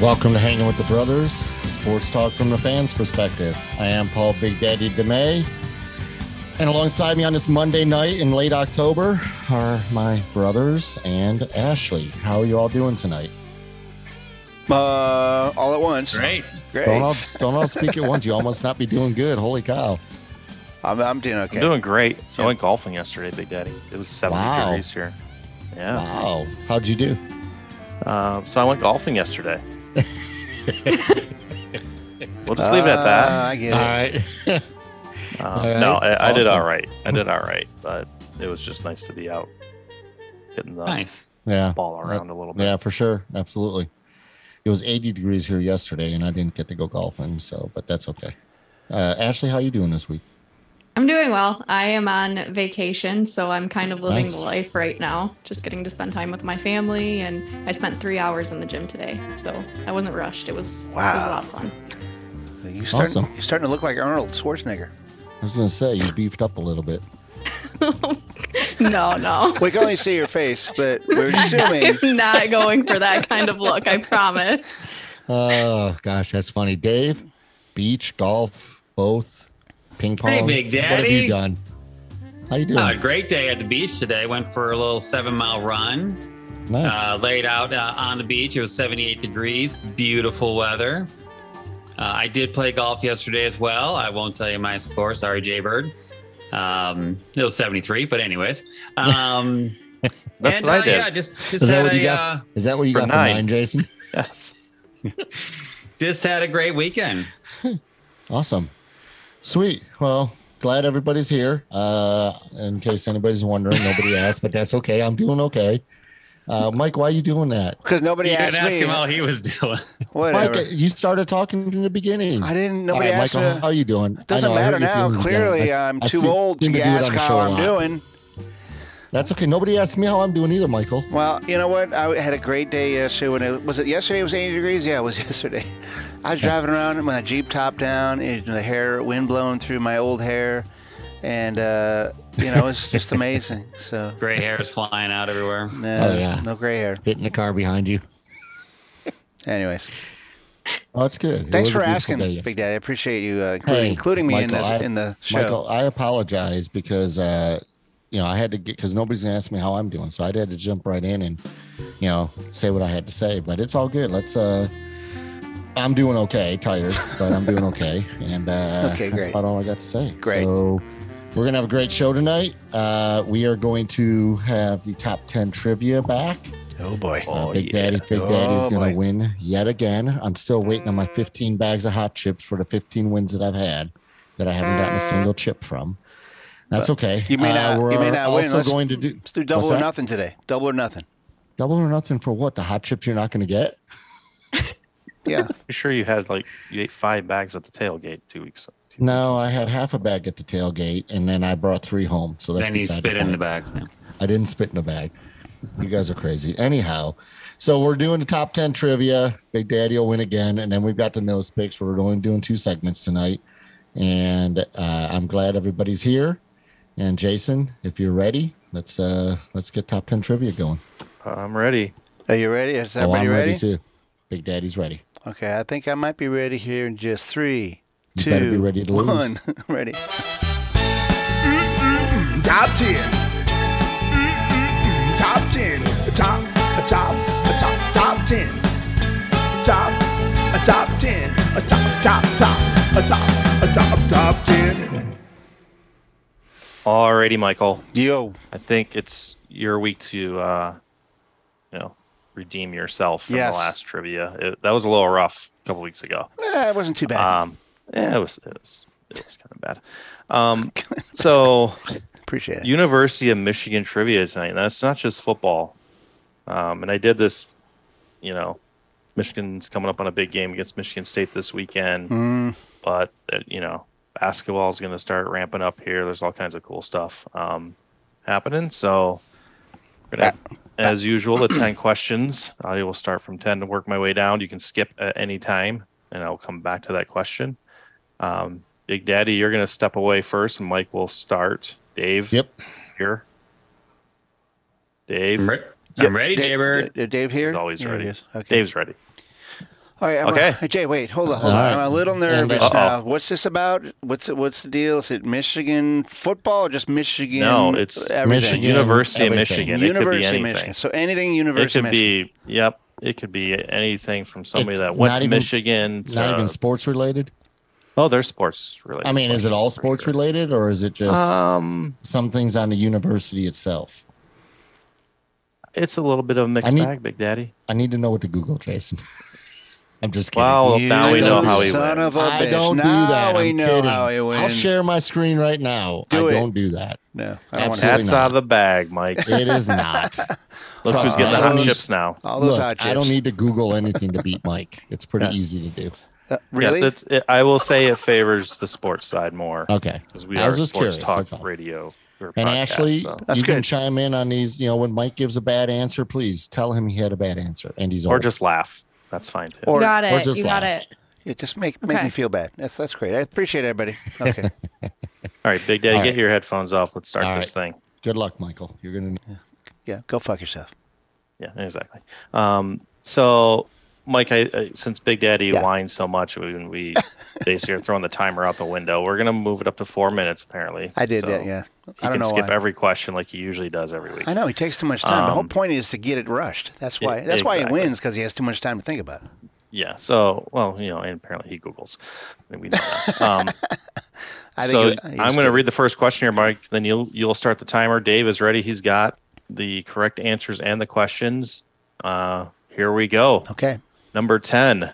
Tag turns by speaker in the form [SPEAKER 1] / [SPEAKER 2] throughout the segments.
[SPEAKER 1] Welcome to Hanging with the Brothers, sports talk from the fans' perspective. I am Paul Big Daddy DeMay. And alongside me on this Monday night in late October are my brothers and Ashley. How are you all doing tonight?
[SPEAKER 2] Uh, all at once.
[SPEAKER 3] Great.
[SPEAKER 2] Great.
[SPEAKER 1] Don't all, don't all speak at once. You almost not be doing good. Holy cow.
[SPEAKER 2] I'm, I'm doing okay.
[SPEAKER 3] I'm doing great.
[SPEAKER 2] Yeah.
[SPEAKER 3] I went golfing yesterday, Big Daddy. It was 70
[SPEAKER 1] Wow.
[SPEAKER 3] degrees here. Yeah.
[SPEAKER 1] Wow. How'd you do?
[SPEAKER 3] Um, so I went golfing yesterday. we'll just leave it at
[SPEAKER 2] Uh,
[SPEAKER 3] that.
[SPEAKER 2] I get
[SPEAKER 1] All
[SPEAKER 2] it.
[SPEAKER 1] right.
[SPEAKER 3] Um,
[SPEAKER 1] Uh, all right.
[SPEAKER 3] No, I, I did
[SPEAKER 1] Awesome.
[SPEAKER 3] all right. I did all right, but it was just nice to be out hitting the
[SPEAKER 4] Nice.
[SPEAKER 1] yeah.
[SPEAKER 3] ball around a little bit.
[SPEAKER 1] Yeah, for sure. Absolutely. It was 80 degrees here yesterday, and I didn't get to go golfing. So, but that's okay. Uh, Ashley, how you doing this week?
[SPEAKER 5] I'm doing well. I am on vacation, so I'm kind of living
[SPEAKER 1] Nice.
[SPEAKER 5] the life right now. Just getting to spend time with my family, and I spent three hours in the gym today, so I wasn't rushed. It was, it was
[SPEAKER 2] Wow.
[SPEAKER 5] a lot of fun.
[SPEAKER 2] You start,
[SPEAKER 1] Awesome.
[SPEAKER 2] You're starting to look like Arnold Schwarzenegger.
[SPEAKER 1] I was gonna say you beefed up a little bit.
[SPEAKER 5] No, no.
[SPEAKER 2] We can only see your face, but we're assuming.
[SPEAKER 5] I'm not going for that kind of look, I promise.
[SPEAKER 1] Oh gosh, that's funny. Dave, beach, golf, both, ping pong.
[SPEAKER 4] Big
[SPEAKER 1] What have you
[SPEAKER 4] Daddy.
[SPEAKER 1] done? How you doing?
[SPEAKER 4] Uh, great day at the beach today. Went for a little seven mile run.
[SPEAKER 1] nice.
[SPEAKER 4] Uh, laid out uh, on the beach. It was 78 degrees. Beautiful weather. Uh, I did play golf yesterday as well. I won't tell you my score. Sorry, Jaybird. Um, it was 73, but anyways. Um,
[SPEAKER 3] That's
[SPEAKER 4] and,
[SPEAKER 3] what I
[SPEAKER 4] uh,
[SPEAKER 3] did.
[SPEAKER 4] Yeah, just just
[SPEAKER 1] Is that
[SPEAKER 4] had
[SPEAKER 1] what you
[SPEAKER 4] a,
[SPEAKER 1] got?
[SPEAKER 4] uh,
[SPEAKER 1] Is that what you
[SPEAKER 3] for
[SPEAKER 1] got
[SPEAKER 3] nine.
[SPEAKER 1] for mine, Jason?
[SPEAKER 3] Yes.
[SPEAKER 4] just had a great weekend.
[SPEAKER 1] Awesome. Sweet. Well, glad everybody's here. Uh, in case anybody's wondering, nobody asked, but that's okay. I'm doing okay. Uh, Mike, why are you doing that?
[SPEAKER 2] Because nobody
[SPEAKER 4] you
[SPEAKER 2] asked
[SPEAKER 4] didn't ask
[SPEAKER 2] me.
[SPEAKER 4] him how he was doing.
[SPEAKER 2] Whatever.
[SPEAKER 1] Mike, you started talking from the beginning.
[SPEAKER 2] I didn't. Nobody
[SPEAKER 1] All right,
[SPEAKER 2] asked
[SPEAKER 1] Michael,
[SPEAKER 2] me.
[SPEAKER 1] how you doing? I
[SPEAKER 2] doesn't
[SPEAKER 1] know, I hurt your
[SPEAKER 2] matter now.
[SPEAKER 1] feelings again.
[SPEAKER 2] Clearly,
[SPEAKER 1] I-
[SPEAKER 2] I'm
[SPEAKER 1] I
[SPEAKER 2] too
[SPEAKER 1] seem-
[SPEAKER 2] old
[SPEAKER 1] seem
[SPEAKER 2] to
[SPEAKER 1] do it on
[SPEAKER 2] ask
[SPEAKER 1] the show
[SPEAKER 2] how
[SPEAKER 1] a
[SPEAKER 2] I'm
[SPEAKER 1] lot.
[SPEAKER 2] doing.
[SPEAKER 1] That's okay. Nobody asked me how I'm doing either, Michael.
[SPEAKER 2] Well, you know what? I had a great day yesterday. When it was it yesterday? It was 80 degrees. Yeah, it was yesterday. I was driving around with my Jeep top down, and the hair wind blowing through my old hair, and uh, you know it's just amazing. So
[SPEAKER 4] Gray hairs flying out everywhere.
[SPEAKER 2] no,
[SPEAKER 1] Oh, yeah.
[SPEAKER 2] no gray hair.
[SPEAKER 1] Hitting the car behind you.
[SPEAKER 2] Anyways,
[SPEAKER 1] Oh, that's good. It was
[SPEAKER 2] thanks
[SPEAKER 1] a
[SPEAKER 2] for
[SPEAKER 1] beautiful
[SPEAKER 2] asking,
[SPEAKER 1] day yesterday.
[SPEAKER 2] Big Daddy. I appreciate you uh, including,
[SPEAKER 1] Hey,
[SPEAKER 2] including me in
[SPEAKER 1] Michael,
[SPEAKER 2] this
[SPEAKER 1] I-
[SPEAKER 2] in the show.
[SPEAKER 1] Michael, I apologize because uh, you know I had to get because nobody's gonna ask me how I'm doing, so I had to jump right in and you know say what I had to say. But it's all good. Let's. uh I'm doing okay. Tired, but I'm doing okay, and uh,
[SPEAKER 2] Okay,
[SPEAKER 1] that's
[SPEAKER 2] great.
[SPEAKER 1] about all I got to say.
[SPEAKER 2] Great.
[SPEAKER 1] So we're gonna have a great show tonight. Uh, we are going to have the top ten trivia back.
[SPEAKER 2] oh boy.
[SPEAKER 1] Uh,
[SPEAKER 3] Oh,
[SPEAKER 1] Big
[SPEAKER 3] yeah.
[SPEAKER 1] Daddy, Big Daddy's
[SPEAKER 2] Oh,
[SPEAKER 1] gonna
[SPEAKER 2] boy.
[SPEAKER 1] win yet again. I'm still waiting on my 15 bags of hot chips for the 15 wins that I've had that I haven't gotten a single chip from. That's okay. Uh,
[SPEAKER 2] You may not-
[SPEAKER 1] we're
[SPEAKER 2] you may not win.
[SPEAKER 1] also
[SPEAKER 2] Let's-
[SPEAKER 1] going to do
[SPEAKER 2] Let's do double
[SPEAKER 1] What's
[SPEAKER 2] or
[SPEAKER 1] that?
[SPEAKER 2] nothing today. Double or nothing.
[SPEAKER 1] Double or nothing for what? The hot chips you're not going to get?
[SPEAKER 2] Yeah.
[SPEAKER 3] Pretty sure you had like, you ate five bags at the tailgate two weeks two
[SPEAKER 1] No,
[SPEAKER 3] weeks
[SPEAKER 1] I
[SPEAKER 3] ago.
[SPEAKER 1] had half a bag at the tailgate, and then I brought three home. So that's
[SPEAKER 4] Then he
[SPEAKER 1] beside
[SPEAKER 4] spit
[SPEAKER 1] point.
[SPEAKER 4] in the back.
[SPEAKER 1] I didn't spit in a bag. You guys are crazy. Anyhow, so we're doing the top 10 trivia. Big Daddy will win again. And then we've got the nose picks. We're only doing two segments tonight. And uh, I'm glad everybody's here. And Jason, if you're ready, let's uh let's get top 10 trivia going.
[SPEAKER 3] I'm ready.
[SPEAKER 2] Are you ready? Is
[SPEAKER 1] oh,
[SPEAKER 2] everybody
[SPEAKER 1] I'm
[SPEAKER 2] ready?
[SPEAKER 1] ready? too. Big Daddy's ready.
[SPEAKER 2] Okay, I think I might be ready here in just three,
[SPEAKER 1] You
[SPEAKER 2] two,
[SPEAKER 1] better be ready to lose.
[SPEAKER 2] one. ready.
[SPEAKER 6] Top 10. Mm-mm-mm. Top 10. Top, top, top, top 10. Top, top 10. Top, top, top, top, top, top 10.
[SPEAKER 3] Alrighty, Michael.
[SPEAKER 2] Yo.
[SPEAKER 3] I think it's your week to, uh, you know, redeem yourself from
[SPEAKER 2] Yes.
[SPEAKER 3] the last trivia. It, that was a little rough a couple weeks ago.
[SPEAKER 2] Eh, it wasn't too bad.
[SPEAKER 3] Um, yeah, it was it was it was kind of bad. Um, so
[SPEAKER 2] Appreciate it.
[SPEAKER 3] University of Michigan trivia tonight. Now it's not just football. Um, and I did this, you know, Michigan's coming up on a big game against Michigan State this weekend,
[SPEAKER 2] Mm,
[SPEAKER 3] but uh, you know, basketball's going to start ramping up here. There's all kinds of cool stuff um, happening. So, we're gonna, as usual, the ten questions. I will start from ten to work my way down. You can skip at any time, and I'll come back to that question. Um, Big Daddy, you're going to step away first, and Mike will start. Dave,
[SPEAKER 1] Yep.
[SPEAKER 3] here. Dave,
[SPEAKER 4] I'm, re-
[SPEAKER 2] Yeah,
[SPEAKER 4] I'm ready,
[SPEAKER 2] Da-
[SPEAKER 4] Jaybird.
[SPEAKER 2] Da- Dave here?
[SPEAKER 3] He's always
[SPEAKER 2] There he
[SPEAKER 3] ready.
[SPEAKER 2] is. Okay.
[SPEAKER 3] Dave's ready.
[SPEAKER 2] All right. I'm
[SPEAKER 3] Okay.
[SPEAKER 2] A, Jay, wait, hold on. Hold
[SPEAKER 1] All
[SPEAKER 2] on.
[SPEAKER 1] right.
[SPEAKER 2] I'm a little nervous
[SPEAKER 3] Uh-oh.
[SPEAKER 2] now. What's this about? What's what's the deal? Is it Michigan football or just Michigan?
[SPEAKER 3] No, it's
[SPEAKER 2] everything.
[SPEAKER 1] Michigan,
[SPEAKER 3] University of
[SPEAKER 1] everything.
[SPEAKER 3] Michigan. it could
[SPEAKER 2] University
[SPEAKER 3] be
[SPEAKER 2] of
[SPEAKER 3] anything.
[SPEAKER 2] Michigan. So anything
[SPEAKER 3] It
[SPEAKER 2] University
[SPEAKER 3] could
[SPEAKER 2] of Michigan.
[SPEAKER 3] be, yep. It could be anything from somebody
[SPEAKER 1] It's
[SPEAKER 3] that went
[SPEAKER 1] not
[SPEAKER 3] to
[SPEAKER 1] even-
[SPEAKER 3] Michigan. To,
[SPEAKER 1] Not even sports related.
[SPEAKER 3] oh, they're sports related.
[SPEAKER 1] I mean, is it all sports related or is it just
[SPEAKER 3] Um,
[SPEAKER 1] some things on the university itself?
[SPEAKER 3] it's a little bit of a mixed
[SPEAKER 1] need-
[SPEAKER 3] bag, Big Daddy.
[SPEAKER 1] I need to know what to Google, Jason. I'm just kidding.
[SPEAKER 3] Wow,
[SPEAKER 2] You
[SPEAKER 3] now we know how he
[SPEAKER 2] son
[SPEAKER 3] wins.
[SPEAKER 2] of a
[SPEAKER 1] I
[SPEAKER 2] bitch.
[SPEAKER 1] don't do
[SPEAKER 2] Now
[SPEAKER 1] that.
[SPEAKER 2] we
[SPEAKER 1] I'm
[SPEAKER 2] know
[SPEAKER 1] kidding.
[SPEAKER 2] how he wins.
[SPEAKER 1] I'll share my screen right now.
[SPEAKER 2] Do
[SPEAKER 1] I
[SPEAKER 2] it.
[SPEAKER 1] don't do that.
[SPEAKER 2] No, I don't want
[SPEAKER 1] Absolutely.
[SPEAKER 2] to.
[SPEAKER 3] That's
[SPEAKER 1] not.
[SPEAKER 3] out of the bag, Mike.
[SPEAKER 1] It is not.
[SPEAKER 3] Look who's
[SPEAKER 1] Trust
[SPEAKER 3] getting
[SPEAKER 1] me,
[SPEAKER 3] the
[SPEAKER 1] I
[SPEAKER 3] hot
[SPEAKER 1] don't-
[SPEAKER 3] chips now.
[SPEAKER 2] All those
[SPEAKER 1] Look,
[SPEAKER 2] hot chips.
[SPEAKER 1] I don't need to Google anything to beat Mike. It's pretty
[SPEAKER 3] Yeah.
[SPEAKER 1] easy to do.
[SPEAKER 2] Uh,
[SPEAKER 3] Yes,
[SPEAKER 2] really?
[SPEAKER 3] it's, it, I will say it favors the sports side more
[SPEAKER 1] Okay.
[SPEAKER 3] because we
[SPEAKER 1] Uh, I
[SPEAKER 3] are
[SPEAKER 1] was
[SPEAKER 3] a
[SPEAKER 1] just curious,
[SPEAKER 3] sports
[SPEAKER 1] that's all.
[SPEAKER 3] talk radio. or
[SPEAKER 1] And
[SPEAKER 3] podcast,
[SPEAKER 1] Ashley,
[SPEAKER 3] so.
[SPEAKER 2] That's
[SPEAKER 1] you can
[SPEAKER 2] good.
[SPEAKER 1] chime in on these. You know, when Mike gives a bad answer, please tell him he had a bad answer and he's
[SPEAKER 3] or
[SPEAKER 1] old.
[SPEAKER 3] just laugh. That's fine too.
[SPEAKER 2] Or-
[SPEAKER 5] you got it.
[SPEAKER 1] just
[SPEAKER 5] you got
[SPEAKER 1] laugh.
[SPEAKER 5] it.
[SPEAKER 2] Yeah, just make make
[SPEAKER 5] Okay.
[SPEAKER 2] me feel bad. That's that's great. I appreciate everybody. Okay.
[SPEAKER 3] All right, Big Daddy,
[SPEAKER 1] All
[SPEAKER 3] get
[SPEAKER 1] right.
[SPEAKER 3] your headphones off. Let's start
[SPEAKER 1] All
[SPEAKER 3] this thing.
[SPEAKER 1] Good luck, Michael. You're gonna.
[SPEAKER 2] yeah, go fuck yourself.
[SPEAKER 3] Yeah, exactly. Um, so, Mike, I, I, since Big Daddy
[SPEAKER 2] Yeah.
[SPEAKER 3] whined so much, we, we basically are throwing the timer out the window. We're gonna move it up to four minutes, apparently.
[SPEAKER 2] I did
[SPEAKER 3] So
[SPEAKER 2] that. Yeah.
[SPEAKER 3] he
[SPEAKER 2] I don't
[SPEAKER 3] can
[SPEAKER 2] know
[SPEAKER 3] skip
[SPEAKER 2] why.
[SPEAKER 3] every question like he usually does every week.
[SPEAKER 2] I know he takes too much time. the whole
[SPEAKER 3] Um,
[SPEAKER 2] point is to get it rushed. That's
[SPEAKER 3] e-
[SPEAKER 2] why. That's why he
[SPEAKER 3] exactly.
[SPEAKER 2] wins because he has too much time to think about it.
[SPEAKER 3] Yeah. So, well, you know, and apparently he Googles. I mean, we know that. Um,
[SPEAKER 2] I
[SPEAKER 3] so
[SPEAKER 2] think he- he was
[SPEAKER 3] I'm going to
[SPEAKER 2] kidding.
[SPEAKER 3] read the first question here, Mike. Then you'll you'll start the timer. Dave is ready. He's got the correct answers and the questions. Uh, here we go.
[SPEAKER 2] Okay.
[SPEAKER 3] Number ten.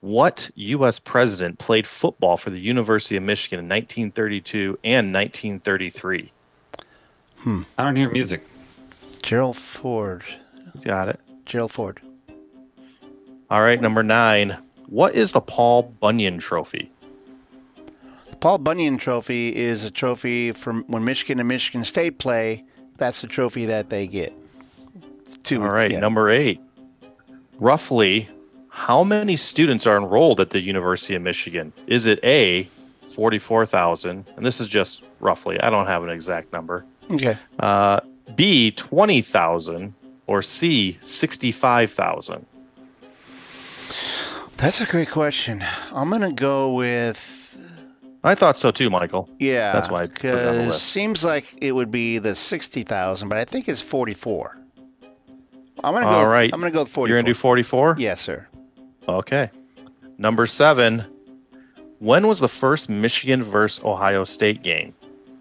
[SPEAKER 3] What U.S. president played football for the University of Michigan in 1932 and 1933?
[SPEAKER 4] I don't hear music.
[SPEAKER 2] Gerald Ford.
[SPEAKER 3] Got it.
[SPEAKER 2] Gerald Ford.
[SPEAKER 3] All right. Number nine. What is the Paul Bunyan Trophy?
[SPEAKER 2] The Paul Bunyan Trophy is a trophy from when Michigan and Michigan State play. That's the trophy that they get. Two.
[SPEAKER 3] All right, number eight. Roughly, how many students are enrolled at the University of Michigan? Is it A, 44,000? And this is just roughly, I don't have an exact number.
[SPEAKER 2] Okay.
[SPEAKER 3] Uh, B, 20,000, or C, 65,000?
[SPEAKER 2] That's a great question. I'm gonna go with
[SPEAKER 3] I thought so too, Michael.
[SPEAKER 2] Yeah,
[SPEAKER 3] That's why I put it on the
[SPEAKER 2] because
[SPEAKER 3] list.
[SPEAKER 2] seems like it would be the sixty thousand, but I think it's forty four. I'm gonna
[SPEAKER 3] All
[SPEAKER 2] go.
[SPEAKER 3] right.
[SPEAKER 2] I'm gonna go with forty.
[SPEAKER 3] You're going to do 44?
[SPEAKER 2] Yes, sir.
[SPEAKER 3] Okay. Number seven. When was the first Michigan versus Ohio State game?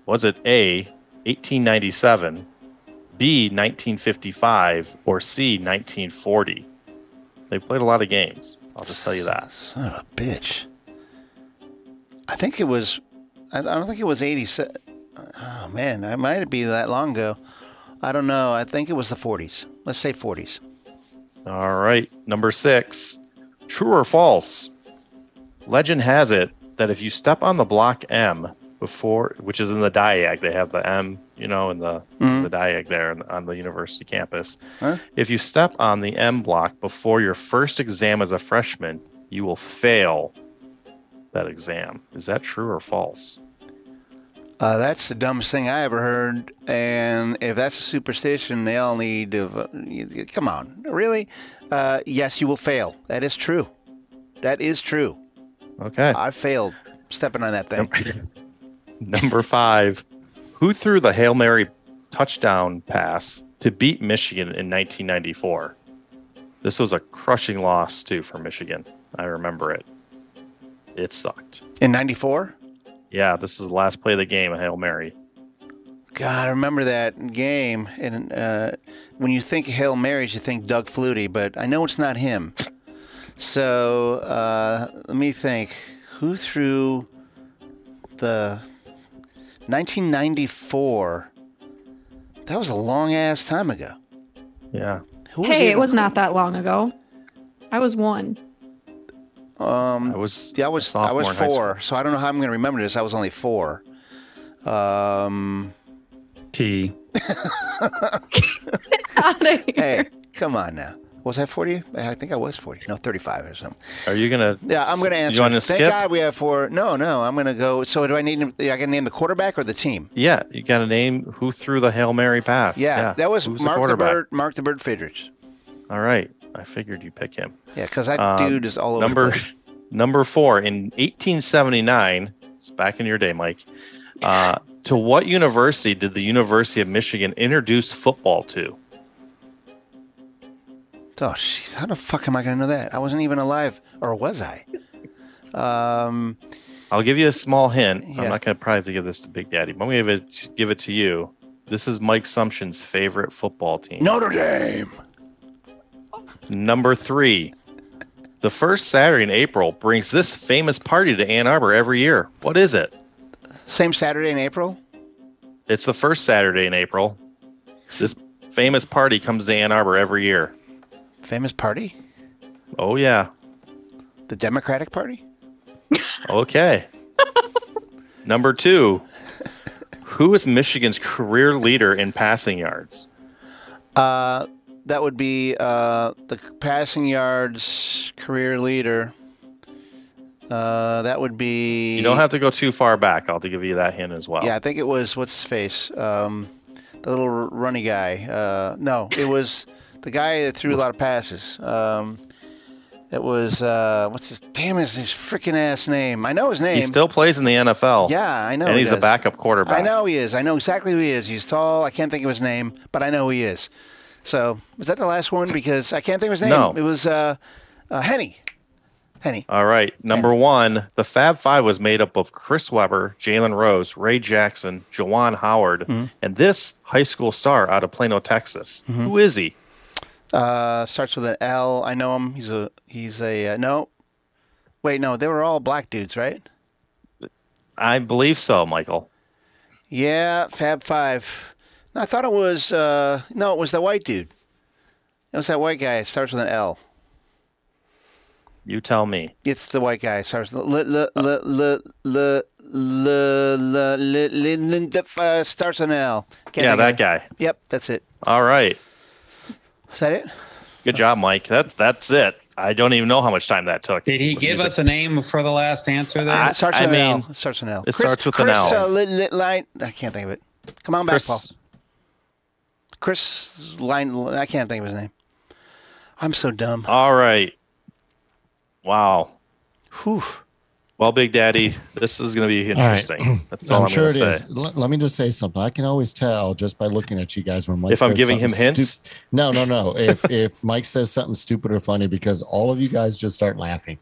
[SPEAKER 3] Was it A, 1897, B, 1955, or C, 1940? They played a lot of games. I'll just tell you that.
[SPEAKER 2] Son of a bitch. I think it was. I, I don't think it was eighty seven. Oh man, I might be that long ago. I don't know. I think it was the forties. Let's say forties.
[SPEAKER 3] All right. Number six. True or false? Legend has it that if you step on the block M before, which is in the diag, they have the M, you know, in the
[SPEAKER 2] Mhm.
[SPEAKER 3] the diag there on- on the university campus.
[SPEAKER 2] Huh?
[SPEAKER 3] If you step on the M block before your first exam as a freshman, you will fail that exam. Is that true or false?
[SPEAKER 2] Uh, that's the dumbest thing I ever heard. And if that's a superstition, they all need to. v- y- y- Come on, really? Uh, yes, you will fail. That is true. That is true.
[SPEAKER 3] Okay.
[SPEAKER 2] I failed stepping on that thing.
[SPEAKER 3] Number five. Who threw the Hail Mary touchdown pass to beat Michigan in 1994? This was a crushing loss, too, for Michigan. I remember it. It sucked.
[SPEAKER 2] In '94.
[SPEAKER 3] Yeah, this is the last play of the game, a Hail Mary.
[SPEAKER 2] God, I remember that game. And uh, when you think Hail Marys, you think Doug Flutie, but I know it's not him. So uh, let me think. Who threw the 1994? That was a long ass time ago.
[SPEAKER 3] Yeah.
[SPEAKER 2] Who
[SPEAKER 5] Hey, it
[SPEAKER 2] even-
[SPEAKER 5] was not that long ago. I was one.
[SPEAKER 2] Um,
[SPEAKER 3] I was
[SPEAKER 2] yeah, I was I was
[SPEAKER 3] sophomore in high school.
[SPEAKER 2] four, so I don't know how I'm going to remember this. I was only four. Um,
[SPEAKER 4] T.
[SPEAKER 5] Out of here.
[SPEAKER 2] hey, come on now. Was I 40? I think I was 40. No, 35 or something.
[SPEAKER 3] Are you gonna?
[SPEAKER 2] Yeah, I'm going to answer.
[SPEAKER 3] You want to
[SPEAKER 2] Thank
[SPEAKER 3] skip?
[SPEAKER 2] God we have four. No, no, I'm going to go. So do I need? to- I can name the quarterback or the team.
[SPEAKER 3] Yeah, you got to name who threw the hail mary pass.
[SPEAKER 2] Yeah, that was
[SPEAKER 3] Who's
[SPEAKER 2] Mark the,
[SPEAKER 3] quarterback?
[SPEAKER 2] Bird. Mark the Bird Fidrich.
[SPEAKER 3] All right, I figured you pick him.
[SPEAKER 2] Yeah, because that
[SPEAKER 3] Um,
[SPEAKER 2] dude is all over. the
[SPEAKER 3] number
[SPEAKER 2] place.
[SPEAKER 3] number four in 1879 it's back in your day mike uh, to what university did the university of michigan introduce football to
[SPEAKER 2] Oh, jeez. How the fuck am I going to know that? I wasn't even alive. Or was I? Um,
[SPEAKER 3] i'll give you a small hint
[SPEAKER 2] Yeah.
[SPEAKER 3] i'm not going to probably have to give this to big daddy but i'm going to give it, give it to you this is mike sumption's favorite football team
[SPEAKER 2] Notre Dame.
[SPEAKER 3] number three the first saturday in april brings this famous party to ann arbor every year what is it
[SPEAKER 2] Same Saturday in April?
[SPEAKER 3] it's the first saturday in april this famous party comes to ann arbor every year
[SPEAKER 2] Famous party?
[SPEAKER 3] oh yeah
[SPEAKER 2] The Democratic Party?
[SPEAKER 3] Okay. Number two, who is Michigan's career leader in passing yards?
[SPEAKER 2] Uh, that would be uh, the passing yards career leader. Uh, that would be.
[SPEAKER 3] You don't have to go too far back. I'll give you that hint as well.
[SPEAKER 2] Yeah, I think it was what's his face, um, the little runny guy. Uh, no, it was the guy that threw a lot of passes. Um, it was uh, what's his damn is his freaking ass name? I know his name.
[SPEAKER 3] He still plays in the NFL.
[SPEAKER 2] yeah, I know.
[SPEAKER 3] and
[SPEAKER 2] he
[SPEAKER 3] he's a
[SPEAKER 2] does.
[SPEAKER 3] backup quarterback.
[SPEAKER 2] I know he is. I know exactly who he is. He's tall. I can't think of his name, but I know who he is. So was that the last one? Because I can't think of his name.
[SPEAKER 3] No.
[SPEAKER 2] It was uh, uh, Henny. Henny.
[SPEAKER 3] All right. Number one, the Fab Five was made up of Chris Webber, Jalen Rose, Ray Jackson, Jawan Howard,
[SPEAKER 2] Mm-hmm.
[SPEAKER 3] and this high school star out of Plano, Texas. Who is he?
[SPEAKER 2] Uh, starts with an L. I know him. He's a he's a uh, no. Wait, no, they were all black dudes, right?
[SPEAKER 3] I believe so, Michael.
[SPEAKER 2] Yeah, Fab Five. No, I thought it was uh, no, it was the white dude. It was that white guy. It starts with an L.
[SPEAKER 3] You tell me.
[SPEAKER 2] It's the white guy. It starts with le, le, le, le, le, le, le, le, le, le, the- uh, starts with an L. Can't
[SPEAKER 3] yeah,
[SPEAKER 2] think
[SPEAKER 3] that
[SPEAKER 2] of it.
[SPEAKER 3] guy.
[SPEAKER 2] Yep, that's it.
[SPEAKER 3] All right.
[SPEAKER 2] Is that it?
[SPEAKER 3] Good job, Mike. That's that's it. I don't even know how much time that took.
[SPEAKER 4] Did he
[SPEAKER 3] With
[SPEAKER 4] give
[SPEAKER 3] music.
[SPEAKER 4] us a name for the last answer there?
[SPEAKER 3] I-
[SPEAKER 2] It starts
[SPEAKER 3] I
[SPEAKER 2] with an
[SPEAKER 3] mean,
[SPEAKER 2] L. It starts with an L.
[SPEAKER 3] it starts with an
[SPEAKER 2] Chris,
[SPEAKER 3] L.
[SPEAKER 2] Uh, li, li, line, I can't think of it. Come on back, Paul.
[SPEAKER 3] Chris?
[SPEAKER 2] Chris Line. I can't think of his name. I'm so dumb.
[SPEAKER 3] All right. Wow.
[SPEAKER 2] Whew.
[SPEAKER 3] Well, Big Daddy, this is going to be
[SPEAKER 1] All right.
[SPEAKER 3] interesting. That's all I'm,
[SPEAKER 1] sure it
[SPEAKER 3] going to
[SPEAKER 1] is.
[SPEAKER 3] say.
[SPEAKER 1] L- let me just say something. I can always tell just by looking at you guys when Mike.
[SPEAKER 3] If I'm
[SPEAKER 1] says
[SPEAKER 3] giving him
[SPEAKER 1] something
[SPEAKER 3] hints?
[SPEAKER 1] stup- no, no, no. If if Mike says something stupid or funny, because all of you guys just start laughing.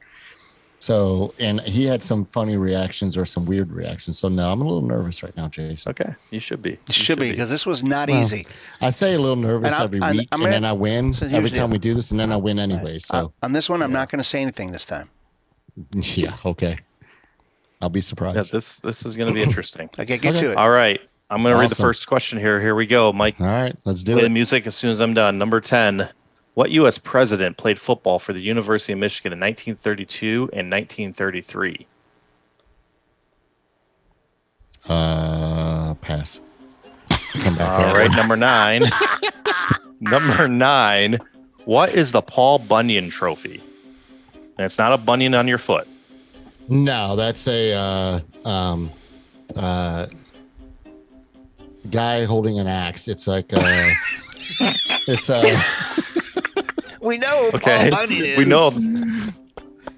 [SPEAKER 1] So, and he had some funny reactions or some weird reactions. So, no, I'm a little nervous right now, Jason.
[SPEAKER 3] Okay, you should be. You
[SPEAKER 2] It should be because this was not
[SPEAKER 1] Well,
[SPEAKER 2] easy.
[SPEAKER 1] I say a little nervous
[SPEAKER 2] And I-
[SPEAKER 1] every
[SPEAKER 2] and
[SPEAKER 1] week,
[SPEAKER 2] I'm
[SPEAKER 1] and
[SPEAKER 2] gonna-
[SPEAKER 1] then I win
[SPEAKER 2] So
[SPEAKER 1] every
[SPEAKER 2] here's the-
[SPEAKER 1] time we do this, and then I win anyway. So,
[SPEAKER 2] Uh, On this one, I'm not going to say anything this time.
[SPEAKER 1] yeah, okay. I'll be surprised.
[SPEAKER 3] Yeah, this this is going to be interesting.
[SPEAKER 2] Okay, get
[SPEAKER 1] Okay.
[SPEAKER 2] to it.
[SPEAKER 3] all right. I'm going to read the
[SPEAKER 1] Awesome.
[SPEAKER 3] first question here. Here we go, Mike.
[SPEAKER 1] All right, let's do
[SPEAKER 3] Play the
[SPEAKER 1] it.
[SPEAKER 3] music as soon as I'm done. Number 10. What U.S. president played football for the University of Michigan in 1932 and 1933?
[SPEAKER 1] Uh, pass. Come back.
[SPEAKER 3] All right, number nine. number nine. What is the Paul Bunyan Trophy? And it's not a bunion on your foot.
[SPEAKER 1] No, that's a uh, um, uh, guy holding an axe. It's like uh it's uh, a,
[SPEAKER 2] We know who
[SPEAKER 3] Okay,
[SPEAKER 2] Paul Bunyan is.
[SPEAKER 3] we know.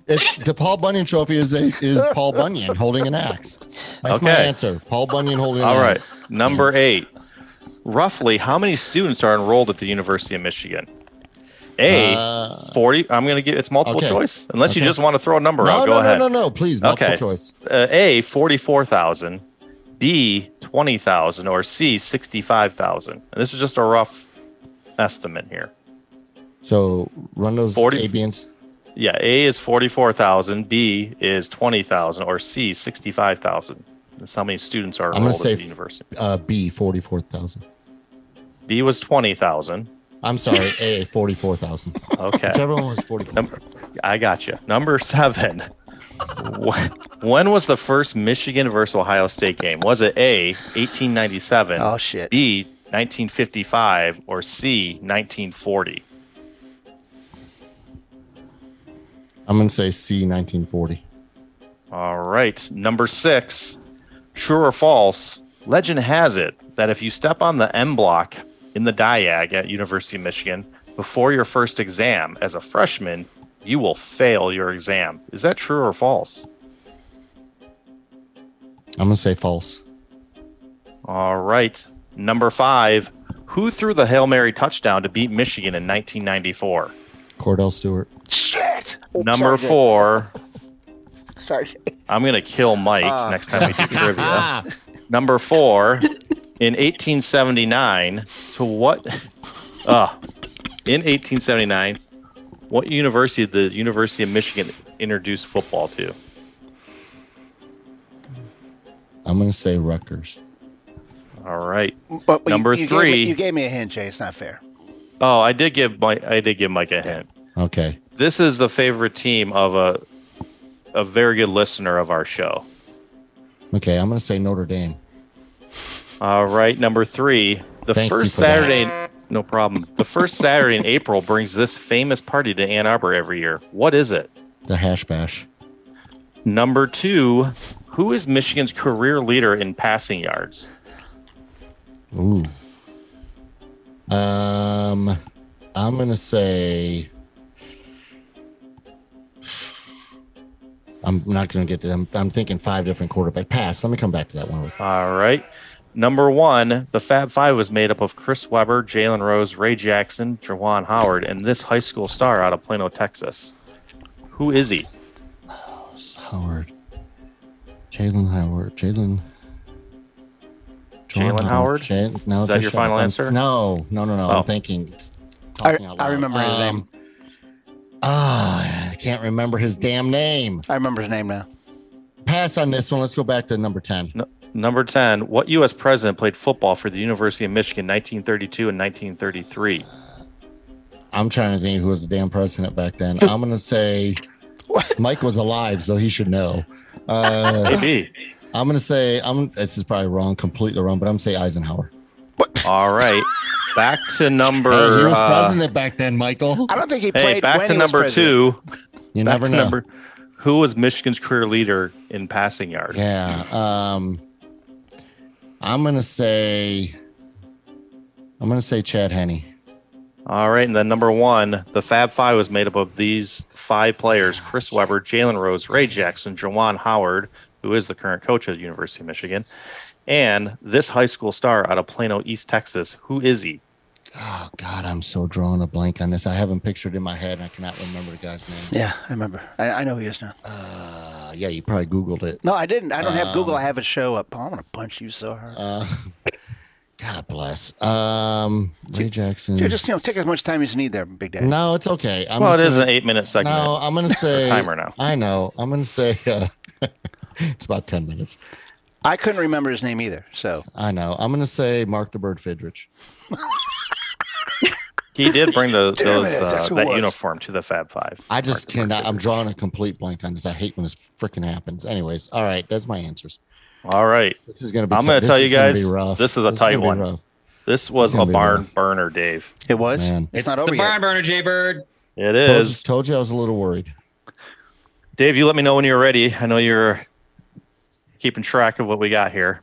[SPEAKER 1] it's the Paul Bunyan trophy is a, is Paul Bunyan holding an axe. That's my
[SPEAKER 3] Okay.
[SPEAKER 1] answer. Paul Bunyan holding.
[SPEAKER 3] All
[SPEAKER 1] an
[SPEAKER 3] right,
[SPEAKER 1] axe.
[SPEAKER 3] number eight. Roughly, how many students are enrolled at the University of Michigan? A
[SPEAKER 1] Uh,
[SPEAKER 3] forty. I'm going to give it's multiple
[SPEAKER 1] okay.
[SPEAKER 3] choice. Unless you
[SPEAKER 1] Okay.
[SPEAKER 3] just want to throw a number
[SPEAKER 1] No,
[SPEAKER 3] out, go
[SPEAKER 1] no,
[SPEAKER 3] ahead.
[SPEAKER 1] no, no, no, please. Multiple
[SPEAKER 3] Okay.
[SPEAKER 1] choice.
[SPEAKER 3] Uh, a forty-four thousand, B twenty thousand, or C sixty-five thousand. And this is just a rough estimate here.
[SPEAKER 1] So run those
[SPEAKER 3] 40
[SPEAKER 1] A, B, and C.
[SPEAKER 3] Yeah, A is forty-four thousand, B is twenty thousand, or C sixty-five thousand. That's how many students are
[SPEAKER 1] I'm gonna
[SPEAKER 3] enrolled
[SPEAKER 1] say
[SPEAKER 3] at
[SPEAKER 1] f-
[SPEAKER 3] the university.
[SPEAKER 1] Uh, B forty four thousand.
[SPEAKER 3] B was twenty thousand.
[SPEAKER 1] I'm sorry, A forty four thousand.
[SPEAKER 3] Okay,
[SPEAKER 1] Whichever one was forty four.
[SPEAKER 3] Number- I got you. Number seven. Wh- when was the first Michigan versus Ohio State game? Was it A eighteen ninety-seven?
[SPEAKER 2] Oh shit.
[SPEAKER 3] B 1955 or C 1940.
[SPEAKER 1] I'm gonna say C nineteen forty.
[SPEAKER 3] All right, number six. True or false? Legend has it that if you step on the M block in the Diag at University of Michigan, before your first exam as a freshman, you will fail your exam. Is that true or false?
[SPEAKER 1] I'm gonna say false.
[SPEAKER 3] All right. Number five. Who threw the Hail Mary touchdown to beat Michigan in 1994?
[SPEAKER 1] Cordell Stewart.
[SPEAKER 6] Shit!
[SPEAKER 3] Number four.
[SPEAKER 6] Sorry.
[SPEAKER 3] I'm going to kill Mike
[SPEAKER 2] Ah.
[SPEAKER 3] next time we do trivia. Number four. In 1879, to what? Uh, in 1879, what university did the University of Michigan introduce football to?
[SPEAKER 1] I'm gonna say Rutgers.
[SPEAKER 3] All right.
[SPEAKER 2] But you-
[SPEAKER 3] Number
[SPEAKER 2] you gave
[SPEAKER 3] three.
[SPEAKER 2] me- you gave me a hint, Jay. It's not fair.
[SPEAKER 3] Oh, I did give Mike. I did give Mike a hint.
[SPEAKER 1] Okay.
[SPEAKER 3] This is the favorite team of a a very good listener of our show.
[SPEAKER 1] Okay. I'm gonna say Notre Dame.
[SPEAKER 3] All right, number three. The
[SPEAKER 1] Thank you
[SPEAKER 3] first
[SPEAKER 1] for that.
[SPEAKER 3] Saturday, no problem. The first Saturday in April brings this famous party to Ann Arbor every year. What is it?
[SPEAKER 1] The hash bash.
[SPEAKER 3] Number two. Who is Michigan's career leader in passing yards?
[SPEAKER 1] Ooh. Um, I'm gonna say. I'm not gonna get to. I'm, I'm thinking five different quarterback pass. Let me come back to that one.
[SPEAKER 3] All right. Number one, the Fab Five was made up of Chris Webber, Jalen Rose, Ray Jackson, Jawan Howard, and this high school star out of Plano, Texas. Who is he?
[SPEAKER 1] Howard, Jalen Howard, Jalen.
[SPEAKER 3] Jalen Howard?
[SPEAKER 1] Jalen- no,
[SPEAKER 3] Is that
[SPEAKER 1] just
[SPEAKER 3] your final
[SPEAKER 1] I'm-
[SPEAKER 3] answer?
[SPEAKER 1] No, no, no, no.
[SPEAKER 3] Oh.
[SPEAKER 1] I'm thinking.
[SPEAKER 2] I,
[SPEAKER 1] talking out
[SPEAKER 2] I
[SPEAKER 1] loud.
[SPEAKER 2] remember his
[SPEAKER 1] Um,
[SPEAKER 2] name.
[SPEAKER 1] Ah, I can't remember his damn name.
[SPEAKER 2] I remember his name now.
[SPEAKER 1] Pass on this one. Let's go back to number ten.
[SPEAKER 3] Number 10, what U.S. president played football for the University of Michigan 1932 and 1933?
[SPEAKER 1] I'm trying to think who was the damn president back then. I'm gonna say Mike was alive, so he should know. Uh,
[SPEAKER 3] Maybe.
[SPEAKER 1] I'm gonna say I'm. This is probably wrong, completely wrong, but I'm gonna say Eisenhower.
[SPEAKER 3] All right. Back to number.
[SPEAKER 1] Hey, he was
[SPEAKER 3] uh,
[SPEAKER 1] president back then, Michael.
[SPEAKER 2] I don't think he played.
[SPEAKER 3] hey, back
[SPEAKER 2] when
[SPEAKER 3] to
[SPEAKER 2] he was
[SPEAKER 3] number
[SPEAKER 2] president.
[SPEAKER 3] two.
[SPEAKER 1] You
[SPEAKER 3] Back
[SPEAKER 1] never
[SPEAKER 3] to
[SPEAKER 1] know.
[SPEAKER 3] number. Who was Michigan's career leader in passing yards?
[SPEAKER 1] Yeah. Um, I'm gonna say. I'm gonna say Chad Henney.
[SPEAKER 3] All right. And then number one, the Fab Five was made up of these five players Chris Webber, Jalen Rose, Ray Jackson, Jawan Howard, who is the current coach of the University of Michigan, and this high school star out of Plano, East Texas. Who is he?
[SPEAKER 1] Oh God, I'm so drawing a blank on this. I haven't pictured in my head. and I cannot remember the guy's name.
[SPEAKER 2] Yeah, I remember. I, I know who he is now.
[SPEAKER 1] Uh, yeah, you probably Googled it.
[SPEAKER 2] No, I didn't. I don't have Google. I have a show up. Oh, I'm gonna punch you so hard.
[SPEAKER 1] Uh, God bless. Um, Ray Jackson.
[SPEAKER 2] Dude, just you know, take as much time as you need there, Big Daddy.
[SPEAKER 1] no, it's okay. I'm
[SPEAKER 3] well, it
[SPEAKER 1] just
[SPEAKER 3] is
[SPEAKER 1] gonna-
[SPEAKER 3] an eight minute segment.
[SPEAKER 1] No, I'm gonna say
[SPEAKER 3] timer now.
[SPEAKER 1] I know. I'm gonna say uh, it's about ten minutes.
[SPEAKER 2] I couldn't remember his name either. So
[SPEAKER 1] I know. I'm gonna say Mark the Bird Fidrich.
[SPEAKER 3] He did bring the,
[SPEAKER 2] Damn
[SPEAKER 3] those
[SPEAKER 2] it,
[SPEAKER 3] uh,
[SPEAKER 2] that's who
[SPEAKER 3] that
[SPEAKER 2] it was.
[SPEAKER 3] uniform to the Fab Five.
[SPEAKER 1] I just
[SPEAKER 3] Mark
[SPEAKER 1] cannot. I'm
[SPEAKER 3] Zuckerberg.
[SPEAKER 1] drawing a complete blank on this. I hate when this freaking happens. Anyways, all right, that's my answers.
[SPEAKER 3] All right,
[SPEAKER 1] This is gonna be.
[SPEAKER 3] I'm
[SPEAKER 1] t-
[SPEAKER 3] gonna
[SPEAKER 1] this
[SPEAKER 3] tell
[SPEAKER 1] is
[SPEAKER 3] you
[SPEAKER 1] gonna be
[SPEAKER 3] guys,
[SPEAKER 1] rough.
[SPEAKER 3] this is a tight
[SPEAKER 1] gonna be
[SPEAKER 3] one.
[SPEAKER 1] rough.
[SPEAKER 3] this was
[SPEAKER 1] gonna
[SPEAKER 3] a
[SPEAKER 1] be
[SPEAKER 3] barn
[SPEAKER 1] rough.
[SPEAKER 3] burner, Dave.
[SPEAKER 2] it was.
[SPEAKER 1] Man.
[SPEAKER 2] It's not over
[SPEAKER 4] the
[SPEAKER 2] yet.
[SPEAKER 4] barn burner, Jay Bird.
[SPEAKER 3] It
[SPEAKER 1] Told,
[SPEAKER 3] is,
[SPEAKER 1] told you I was a little worried.
[SPEAKER 3] Dave. You let me know when you're ready. I know you're keeping track of what we got here.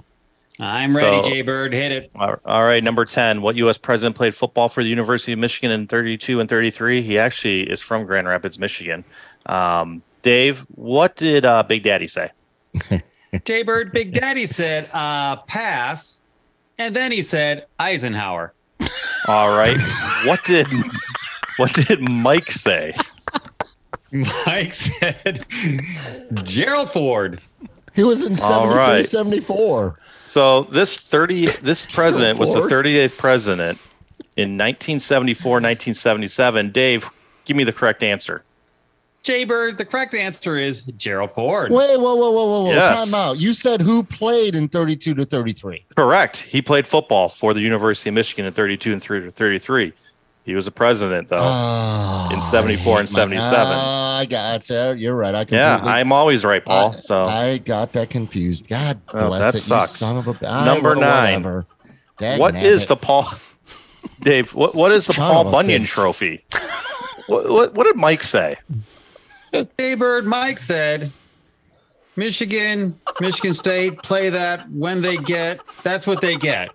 [SPEAKER 4] I'm ready,
[SPEAKER 3] So-
[SPEAKER 4] Jay Bird. Hit it.
[SPEAKER 3] All all right, number ten. What U.S. president played football for the University of Michigan in 32 and 33? He actually is from Grand Rapids, Michigan. Um, Dave, what did uh, Big Daddy say?
[SPEAKER 4] Jay Bird, Big Daddy said, uh, pass. And then he said, Eisenhower.
[SPEAKER 3] All right, what did what did Mike say?
[SPEAKER 4] Mike said, Gerald Ford.
[SPEAKER 1] He was in
[SPEAKER 3] All
[SPEAKER 1] 73,
[SPEAKER 3] right.
[SPEAKER 1] 74.
[SPEAKER 3] So this thirty, this president was the
[SPEAKER 1] Ford.
[SPEAKER 3] thirty eighth president in 1974, 1977. Dave, give me the correct answer.
[SPEAKER 4] Jay Bird, the correct answer is Gerald Ford.
[SPEAKER 1] Wait, whoa, whoa, whoa, whoa, whoa!
[SPEAKER 3] Yes.
[SPEAKER 1] Time out. You said who played in 32 to 33?
[SPEAKER 3] Correct. He played football for the University of Michigan in 32 and 3 33. He was a president though.
[SPEAKER 1] Oh,
[SPEAKER 3] in 74
[SPEAKER 1] I
[SPEAKER 3] and
[SPEAKER 1] hate my-
[SPEAKER 3] 77.
[SPEAKER 1] Ah, I got it. You're right. I
[SPEAKER 3] yeah,
[SPEAKER 1] completely-
[SPEAKER 3] I'm always right, Paul.
[SPEAKER 1] I-
[SPEAKER 3] so
[SPEAKER 1] I got that confused. God
[SPEAKER 3] Oh,
[SPEAKER 1] bless
[SPEAKER 3] that
[SPEAKER 1] it,
[SPEAKER 3] sucks.
[SPEAKER 1] you son of a I-
[SPEAKER 3] Number
[SPEAKER 1] well,
[SPEAKER 3] nine.
[SPEAKER 1] whatever. Dang
[SPEAKER 3] what
[SPEAKER 1] nabbit.
[SPEAKER 3] is the Paul Dave, what, what is the
[SPEAKER 1] Son
[SPEAKER 3] Paul
[SPEAKER 1] of a
[SPEAKER 3] Bunyan
[SPEAKER 1] bitch.
[SPEAKER 3] trophy? what, what what did Mike say?
[SPEAKER 4] Jay Bird, Mike said, Michigan, Michigan State, play that when they get. That's what they get.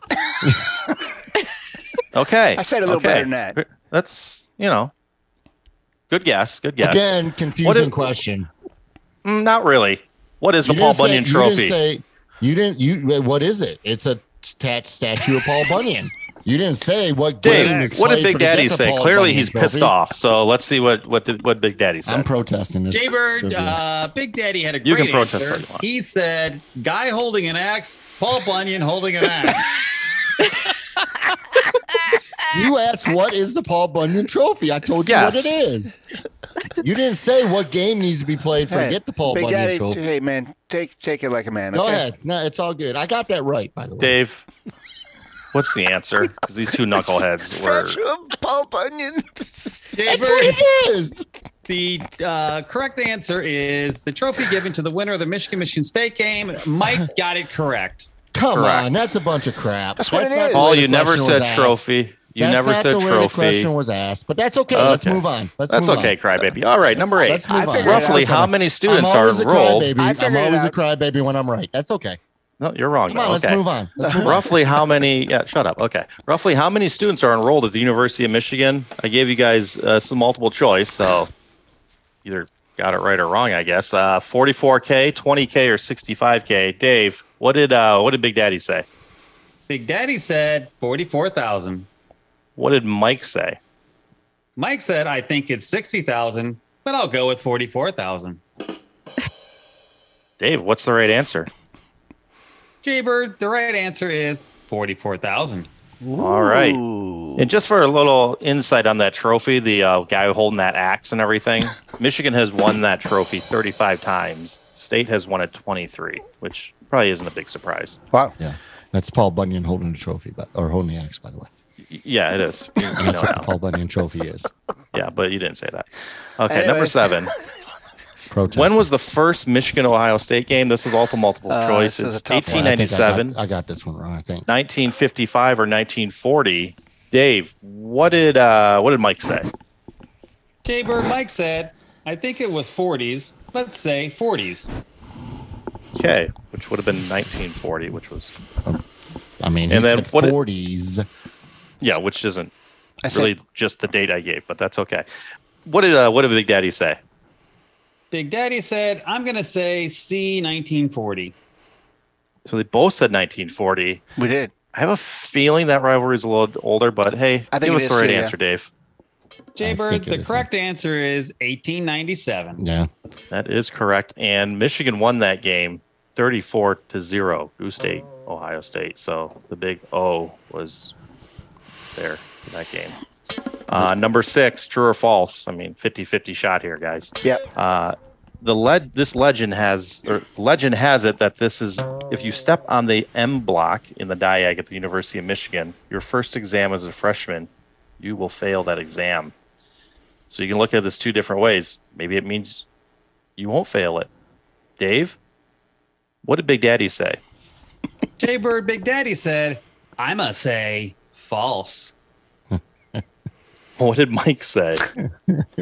[SPEAKER 3] Okay.
[SPEAKER 2] I said a little
[SPEAKER 3] okay.
[SPEAKER 2] better than that.
[SPEAKER 3] That's you know, good guess. Good guess.
[SPEAKER 1] Again, confusing
[SPEAKER 3] if-
[SPEAKER 1] question.
[SPEAKER 3] Mm, not really. What is the
[SPEAKER 1] You
[SPEAKER 3] Paul
[SPEAKER 1] didn't say-
[SPEAKER 3] Bunyan Trophy?
[SPEAKER 1] You didn't say you didn't. You what is it? It's a tat statue of Paul Bunyan. You didn't say what game
[SPEAKER 3] Dave,
[SPEAKER 1] is
[SPEAKER 3] what did
[SPEAKER 1] played
[SPEAKER 3] Big
[SPEAKER 1] for to
[SPEAKER 3] Daddy
[SPEAKER 1] get the
[SPEAKER 3] say?
[SPEAKER 1] Paul
[SPEAKER 3] Clearly,
[SPEAKER 1] Bunyan
[SPEAKER 3] he's
[SPEAKER 1] Trophy.
[SPEAKER 3] pissed off. So let's see what what did, what Big Daddy
[SPEAKER 1] I'm
[SPEAKER 3] said.
[SPEAKER 1] protesting this.
[SPEAKER 4] Jaybird,
[SPEAKER 1] trivia.
[SPEAKER 4] uh, Big Daddy had a great
[SPEAKER 3] You can protest
[SPEAKER 4] answer.
[SPEAKER 3] all you want.
[SPEAKER 4] He said, "Guy holding an axe, Paul Bunyan holding an axe."
[SPEAKER 1] you asked what is the Paul Bunyan Trophy. I told you what
[SPEAKER 3] Yes.
[SPEAKER 1] it is. You didn't say what game needs to be played for to get the Paul
[SPEAKER 2] Big
[SPEAKER 1] Bunyan
[SPEAKER 2] Daddy,
[SPEAKER 1] Trophy.
[SPEAKER 2] hey man, take take it like a man.
[SPEAKER 1] Go
[SPEAKER 2] okay?
[SPEAKER 1] ahead. No, it's all good. I got that right, by the way.
[SPEAKER 3] Dave, what's the answer? Because these two knuckleheads were.
[SPEAKER 2] Statue of Paul Bunyan.
[SPEAKER 1] That's what
[SPEAKER 4] Jaybird,
[SPEAKER 1] it is.
[SPEAKER 4] the uh, correct answer is the trophy given to the winner of the Michigan Michigan State game. Mike got it correct.
[SPEAKER 1] Come
[SPEAKER 3] Correct.
[SPEAKER 1] on, that's a bunch of crap.
[SPEAKER 2] That's what it
[SPEAKER 1] not
[SPEAKER 2] is.
[SPEAKER 1] the
[SPEAKER 3] Paul,
[SPEAKER 1] way the
[SPEAKER 3] you never
[SPEAKER 1] question
[SPEAKER 3] said
[SPEAKER 1] was asked.
[SPEAKER 3] trophy. You
[SPEAKER 1] That's
[SPEAKER 3] never
[SPEAKER 1] not
[SPEAKER 3] said
[SPEAKER 1] the way the
[SPEAKER 3] trophy.
[SPEAKER 1] question was asked, but that's okay. Let's
[SPEAKER 3] Okay.
[SPEAKER 1] move on. Let's
[SPEAKER 3] That's
[SPEAKER 1] move on.
[SPEAKER 3] okay, crybaby. All right, number eight.
[SPEAKER 1] Let's move
[SPEAKER 2] I
[SPEAKER 1] on.
[SPEAKER 2] figured it
[SPEAKER 3] Roughly,
[SPEAKER 1] That's
[SPEAKER 3] how
[SPEAKER 1] all.
[SPEAKER 3] many students
[SPEAKER 1] I'm
[SPEAKER 3] are
[SPEAKER 1] always a
[SPEAKER 3] enrolled?
[SPEAKER 1] crybaby.
[SPEAKER 2] I
[SPEAKER 1] I'm
[SPEAKER 2] figured it
[SPEAKER 1] always a
[SPEAKER 2] out.
[SPEAKER 1] crybaby when I'm right. That's okay.
[SPEAKER 3] No, you're wrong.
[SPEAKER 1] Come on,
[SPEAKER 3] though.
[SPEAKER 1] let's
[SPEAKER 3] okay.
[SPEAKER 1] move on. Let's move on.
[SPEAKER 3] Roughly, how many? Yeah, shut up. Okay. Roughly, how many students are enrolled at the University of Michigan? I gave you guys uh, some multiple choice, so either got it right or wrong, I guess. Uh, 44k, 20k, or 65k. Dave, what did uh, what did Big Daddy say?
[SPEAKER 4] Big Daddy said forty-four thousand.
[SPEAKER 3] What did Mike say?
[SPEAKER 4] Mike said, "I think it's sixty thousand, but I'll go with forty-four thousand.
[SPEAKER 3] Dave, what's the right answer?
[SPEAKER 4] Jaybird, the right answer is forty-four thousand.
[SPEAKER 3] All right.
[SPEAKER 2] Ooh.
[SPEAKER 3] And just for a little insight on that trophy, the uh, guy holding that axe and everything, Michigan has won that trophy 35 times. State has won it 23, which probably isn't a big surprise.
[SPEAKER 2] Wow.
[SPEAKER 1] Yeah, that's Paul Bunyan holding the trophy, but or holding the axe, by the way.
[SPEAKER 3] Y- Yeah, it is. You- you know
[SPEAKER 1] That's what the
[SPEAKER 3] now.
[SPEAKER 1] Paul Bunyan trophy is.
[SPEAKER 3] Yeah, but you didn't say that. Okay,
[SPEAKER 2] Anyway.
[SPEAKER 3] number seven.
[SPEAKER 1] Protest.
[SPEAKER 3] When was the first Michigan Ohio State game? This is all for multiple
[SPEAKER 2] Uh,
[SPEAKER 3] choice.
[SPEAKER 2] this is
[SPEAKER 3] It's
[SPEAKER 2] a tough
[SPEAKER 1] Well, I think I got-
[SPEAKER 3] 1897,
[SPEAKER 1] I, got this one wrong. I think
[SPEAKER 3] 1955, or 1940. Dave, what did uh, what did Mike say?
[SPEAKER 4] Jaybird, Mike said, "I think it was forties. Let's say forties.
[SPEAKER 3] Okay, which would have been 1940, which was
[SPEAKER 1] I mean, he
[SPEAKER 3] And then
[SPEAKER 1] said
[SPEAKER 3] what it-
[SPEAKER 1] 40s.
[SPEAKER 3] yeah, which isn't
[SPEAKER 2] I said,
[SPEAKER 3] really just the date I gave, but that's okay. What did uh, what did Big Daddy say?
[SPEAKER 4] Big Daddy said, I'm going to say C 1940.
[SPEAKER 3] So they both said 1940.
[SPEAKER 2] we did.
[SPEAKER 3] I have a feeling that rivalry is a little older, but hey,
[SPEAKER 2] I think
[SPEAKER 3] give
[SPEAKER 2] it
[SPEAKER 3] us the
[SPEAKER 2] is
[SPEAKER 3] right
[SPEAKER 2] too, yeah.
[SPEAKER 3] answer, Dave.
[SPEAKER 4] Jaybird,
[SPEAKER 1] think it
[SPEAKER 4] the
[SPEAKER 1] is
[SPEAKER 4] correct answer is 1897.
[SPEAKER 1] yeah,
[SPEAKER 3] That is correct. And Michigan won that game 34 to 0. Goose State, Ohio State. So the big O was there in that game. Uh, number six, true or false? I mean, 50 50 shot here, guys.
[SPEAKER 2] Yep.
[SPEAKER 3] Uh, the led this legend has or legend has it that this is if you step on the M block in the diag at the University of Michigan, your first exam as a freshman, you will fail that exam. So you can look at this two different ways. Maybe it means you won't fail it. Dave, what did Big Daddy say?
[SPEAKER 4] Jaybird, Big Daddy said, I must say false.
[SPEAKER 3] What did Mike say?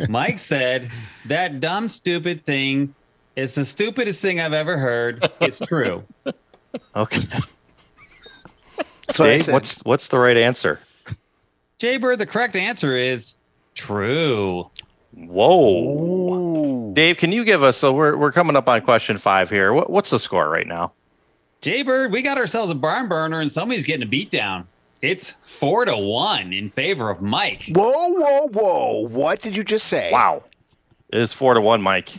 [SPEAKER 4] Mike said, That dumb, stupid thing is the stupidest thing I've ever heard. It's true.
[SPEAKER 3] Okay,
[SPEAKER 2] That's what I
[SPEAKER 3] Dave,
[SPEAKER 2] said.
[SPEAKER 3] what's what's the right answer?
[SPEAKER 4] Jaybird, the correct answer is true.
[SPEAKER 3] Whoa,
[SPEAKER 2] Ooh.
[SPEAKER 3] Dave, can you give us? So we're we're coming up on question five here. What, what's the score right now?
[SPEAKER 4] Jaybird, we got ourselves a barn burner and somebody's getting a beatdown. It's four to one in favor of Mike.
[SPEAKER 2] Whoa, whoa, whoa! What did you just say?
[SPEAKER 3] Wow. It is four to one, Mike.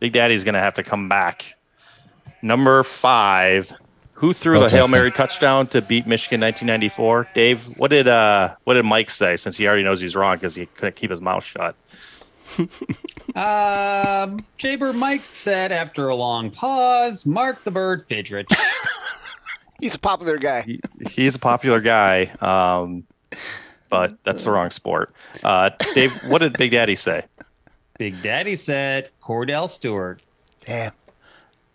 [SPEAKER 3] Big Daddy's going to have to come back. Number five. Who threw the Hail
[SPEAKER 1] Protesting.
[SPEAKER 3] Mary touchdown to beat Michigan 1994? Dave, what did uh, what did Mike say? Since he already knows he's wrong because he couldn't keep his mouth shut.
[SPEAKER 4] Um, Jaber Mike said after a long pause, Mark the Bird Fidget.
[SPEAKER 2] He's a popular guy.
[SPEAKER 3] He, he's a popular guy, um, but that's the wrong sport. Uh, Dave, what did Big Daddy say?
[SPEAKER 4] Big Daddy said Cordell Stewart.
[SPEAKER 2] Damn.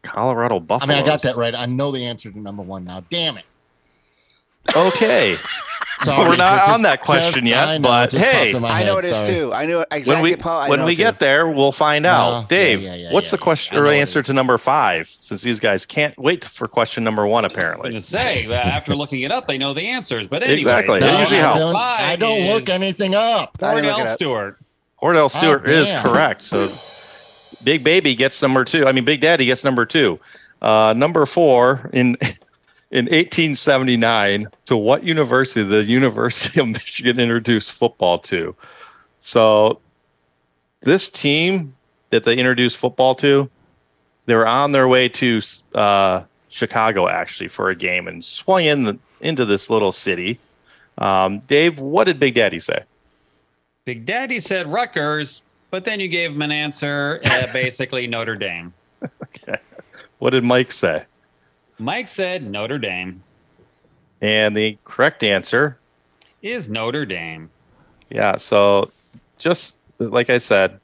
[SPEAKER 3] Colorado
[SPEAKER 1] I
[SPEAKER 3] Buffalo.
[SPEAKER 1] mean, I got that right. I know the answer to number one now. Damn it!
[SPEAKER 3] Okay.
[SPEAKER 1] Sorry,
[SPEAKER 3] we're not
[SPEAKER 1] just-
[SPEAKER 3] on that question
[SPEAKER 1] just-
[SPEAKER 3] yet,
[SPEAKER 1] I know,
[SPEAKER 3] but
[SPEAKER 1] it just popped
[SPEAKER 3] hey.
[SPEAKER 1] in my
[SPEAKER 2] I know
[SPEAKER 1] head,
[SPEAKER 2] it is
[SPEAKER 1] sorry.
[SPEAKER 2] too. I knew it- exactly.
[SPEAKER 3] when we
[SPEAKER 2] Paul, I
[SPEAKER 3] when
[SPEAKER 2] know
[SPEAKER 3] we
[SPEAKER 2] it, too.
[SPEAKER 3] get there, we'll find
[SPEAKER 1] yeah,
[SPEAKER 3] out. Dave,
[SPEAKER 1] yeah, yeah,
[SPEAKER 3] what's
[SPEAKER 1] yeah,
[SPEAKER 3] the
[SPEAKER 1] yeah.
[SPEAKER 3] question
[SPEAKER 1] I
[SPEAKER 3] or
[SPEAKER 1] know it
[SPEAKER 3] answer
[SPEAKER 1] is.
[SPEAKER 3] to number five? Since these guys can't wait for question number one,
[SPEAKER 4] I'm going
[SPEAKER 3] apparently.
[SPEAKER 4] to say, well, after looking it up, they know the answers. But anyway,
[SPEAKER 3] Exactly. That
[SPEAKER 1] No,
[SPEAKER 3] usually
[SPEAKER 1] I
[SPEAKER 3] helps.
[SPEAKER 1] Don't, I don't look anything up.
[SPEAKER 2] I didn't look
[SPEAKER 4] Cornell
[SPEAKER 2] it up.
[SPEAKER 4] Stewart.
[SPEAKER 3] Cordell Stewart is
[SPEAKER 1] damn.
[SPEAKER 3] correct. So Big Baby gets number two. I mean, Big Daddy gets number two. Uh, number four in in 1879. To what university? The University of Michigan introduced football to. So this team that they introduced football to, they were on their way to uh, Chicago actually for a game and swung in the, into this little city. Um, Dave, what did Big Daddy say?
[SPEAKER 4] Big Daddy said Rutgers, but then you gave him an answer, uh, basically Notre Dame.
[SPEAKER 3] What did Mike say?
[SPEAKER 4] Mike said Notre Dame
[SPEAKER 3] And the correct answer,
[SPEAKER 4] is Notre Dame.
[SPEAKER 3] yeah. So, just like I said,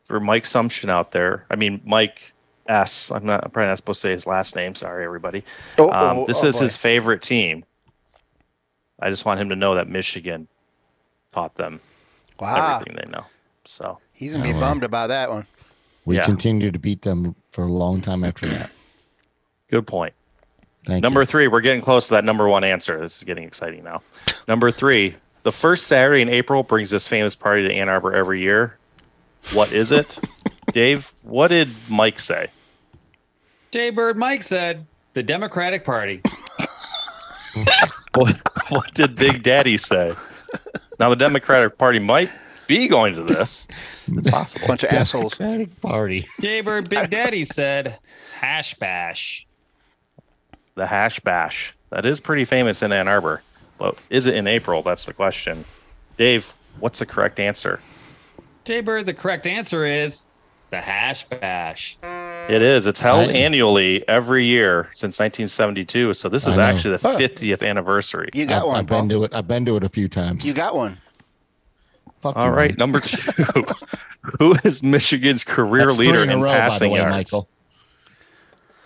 [SPEAKER 3] for Mike Sumption out there, I mean Mike S. I'm not I'm probably not supposed to say his last name. Sorry, everybody.
[SPEAKER 2] Oh,
[SPEAKER 3] Um,
[SPEAKER 2] oh,
[SPEAKER 3] this
[SPEAKER 2] oh,
[SPEAKER 3] is
[SPEAKER 2] boy.
[SPEAKER 3] his favorite team. I just want him to know that Michigan taught them
[SPEAKER 2] Wow.
[SPEAKER 3] everything they know. So
[SPEAKER 2] He's gonna be
[SPEAKER 1] Oh, wow.
[SPEAKER 2] bummed about that one.
[SPEAKER 1] We
[SPEAKER 3] Yeah.
[SPEAKER 1] continued to beat them for a long time after that.
[SPEAKER 3] good point.
[SPEAKER 1] Thank
[SPEAKER 3] Number
[SPEAKER 1] you.
[SPEAKER 3] three, we're getting close to that number one answer. This is getting exciting now. Number three, the first Saturday in April brings this famous party to Ann Arbor every year. What is it? Dave, what did Mike say?
[SPEAKER 4] Jay Bird, Mike said the Democratic Party.
[SPEAKER 3] What, what did Big Daddy say? Now, the Democratic Party might be going to this. It's possible.
[SPEAKER 2] Bunch of assholes.
[SPEAKER 1] Democratic Party.
[SPEAKER 4] Jay Bird, Big Daddy said hash bash.
[SPEAKER 3] The Hash Bash. That is pretty famous in Ann Arbor. But is it in April? That's the question. Dave, what's the correct answer?
[SPEAKER 4] Jay Bird, the correct answer is the hash bash.
[SPEAKER 3] It is. It's held
[SPEAKER 1] I-
[SPEAKER 3] annually every year since 1972. So this
[SPEAKER 1] I
[SPEAKER 3] is
[SPEAKER 1] know.
[SPEAKER 3] actually the
[SPEAKER 2] Huh.
[SPEAKER 3] 50th anniversary.
[SPEAKER 2] You got
[SPEAKER 1] I've,
[SPEAKER 2] one,
[SPEAKER 1] I've
[SPEAKER 2] Paul.
[SPEAKER 1] been to it. I've been to it a few times.
[SPEAKER 2] You got one.
[SPEAKER 1] Fuck
[SPEAKER 3] All
[SPEAKER 1] you,
[SPEAKER 3] right,
[SPEAKER 1] Mike.
[SPEAKER 3] number two. who is Michigan's career
[SPEAKER 1] That's three
[SPEAKER 3] leader
[SPEAKER 1] a
[SPEAKER 3] in,
[SPEAKER 1] row, by the
[SPEAKER 3] passing
[SPEAKER 1] way,
[SPEAKER 3] yards?
[SPEAKER 1] Michael.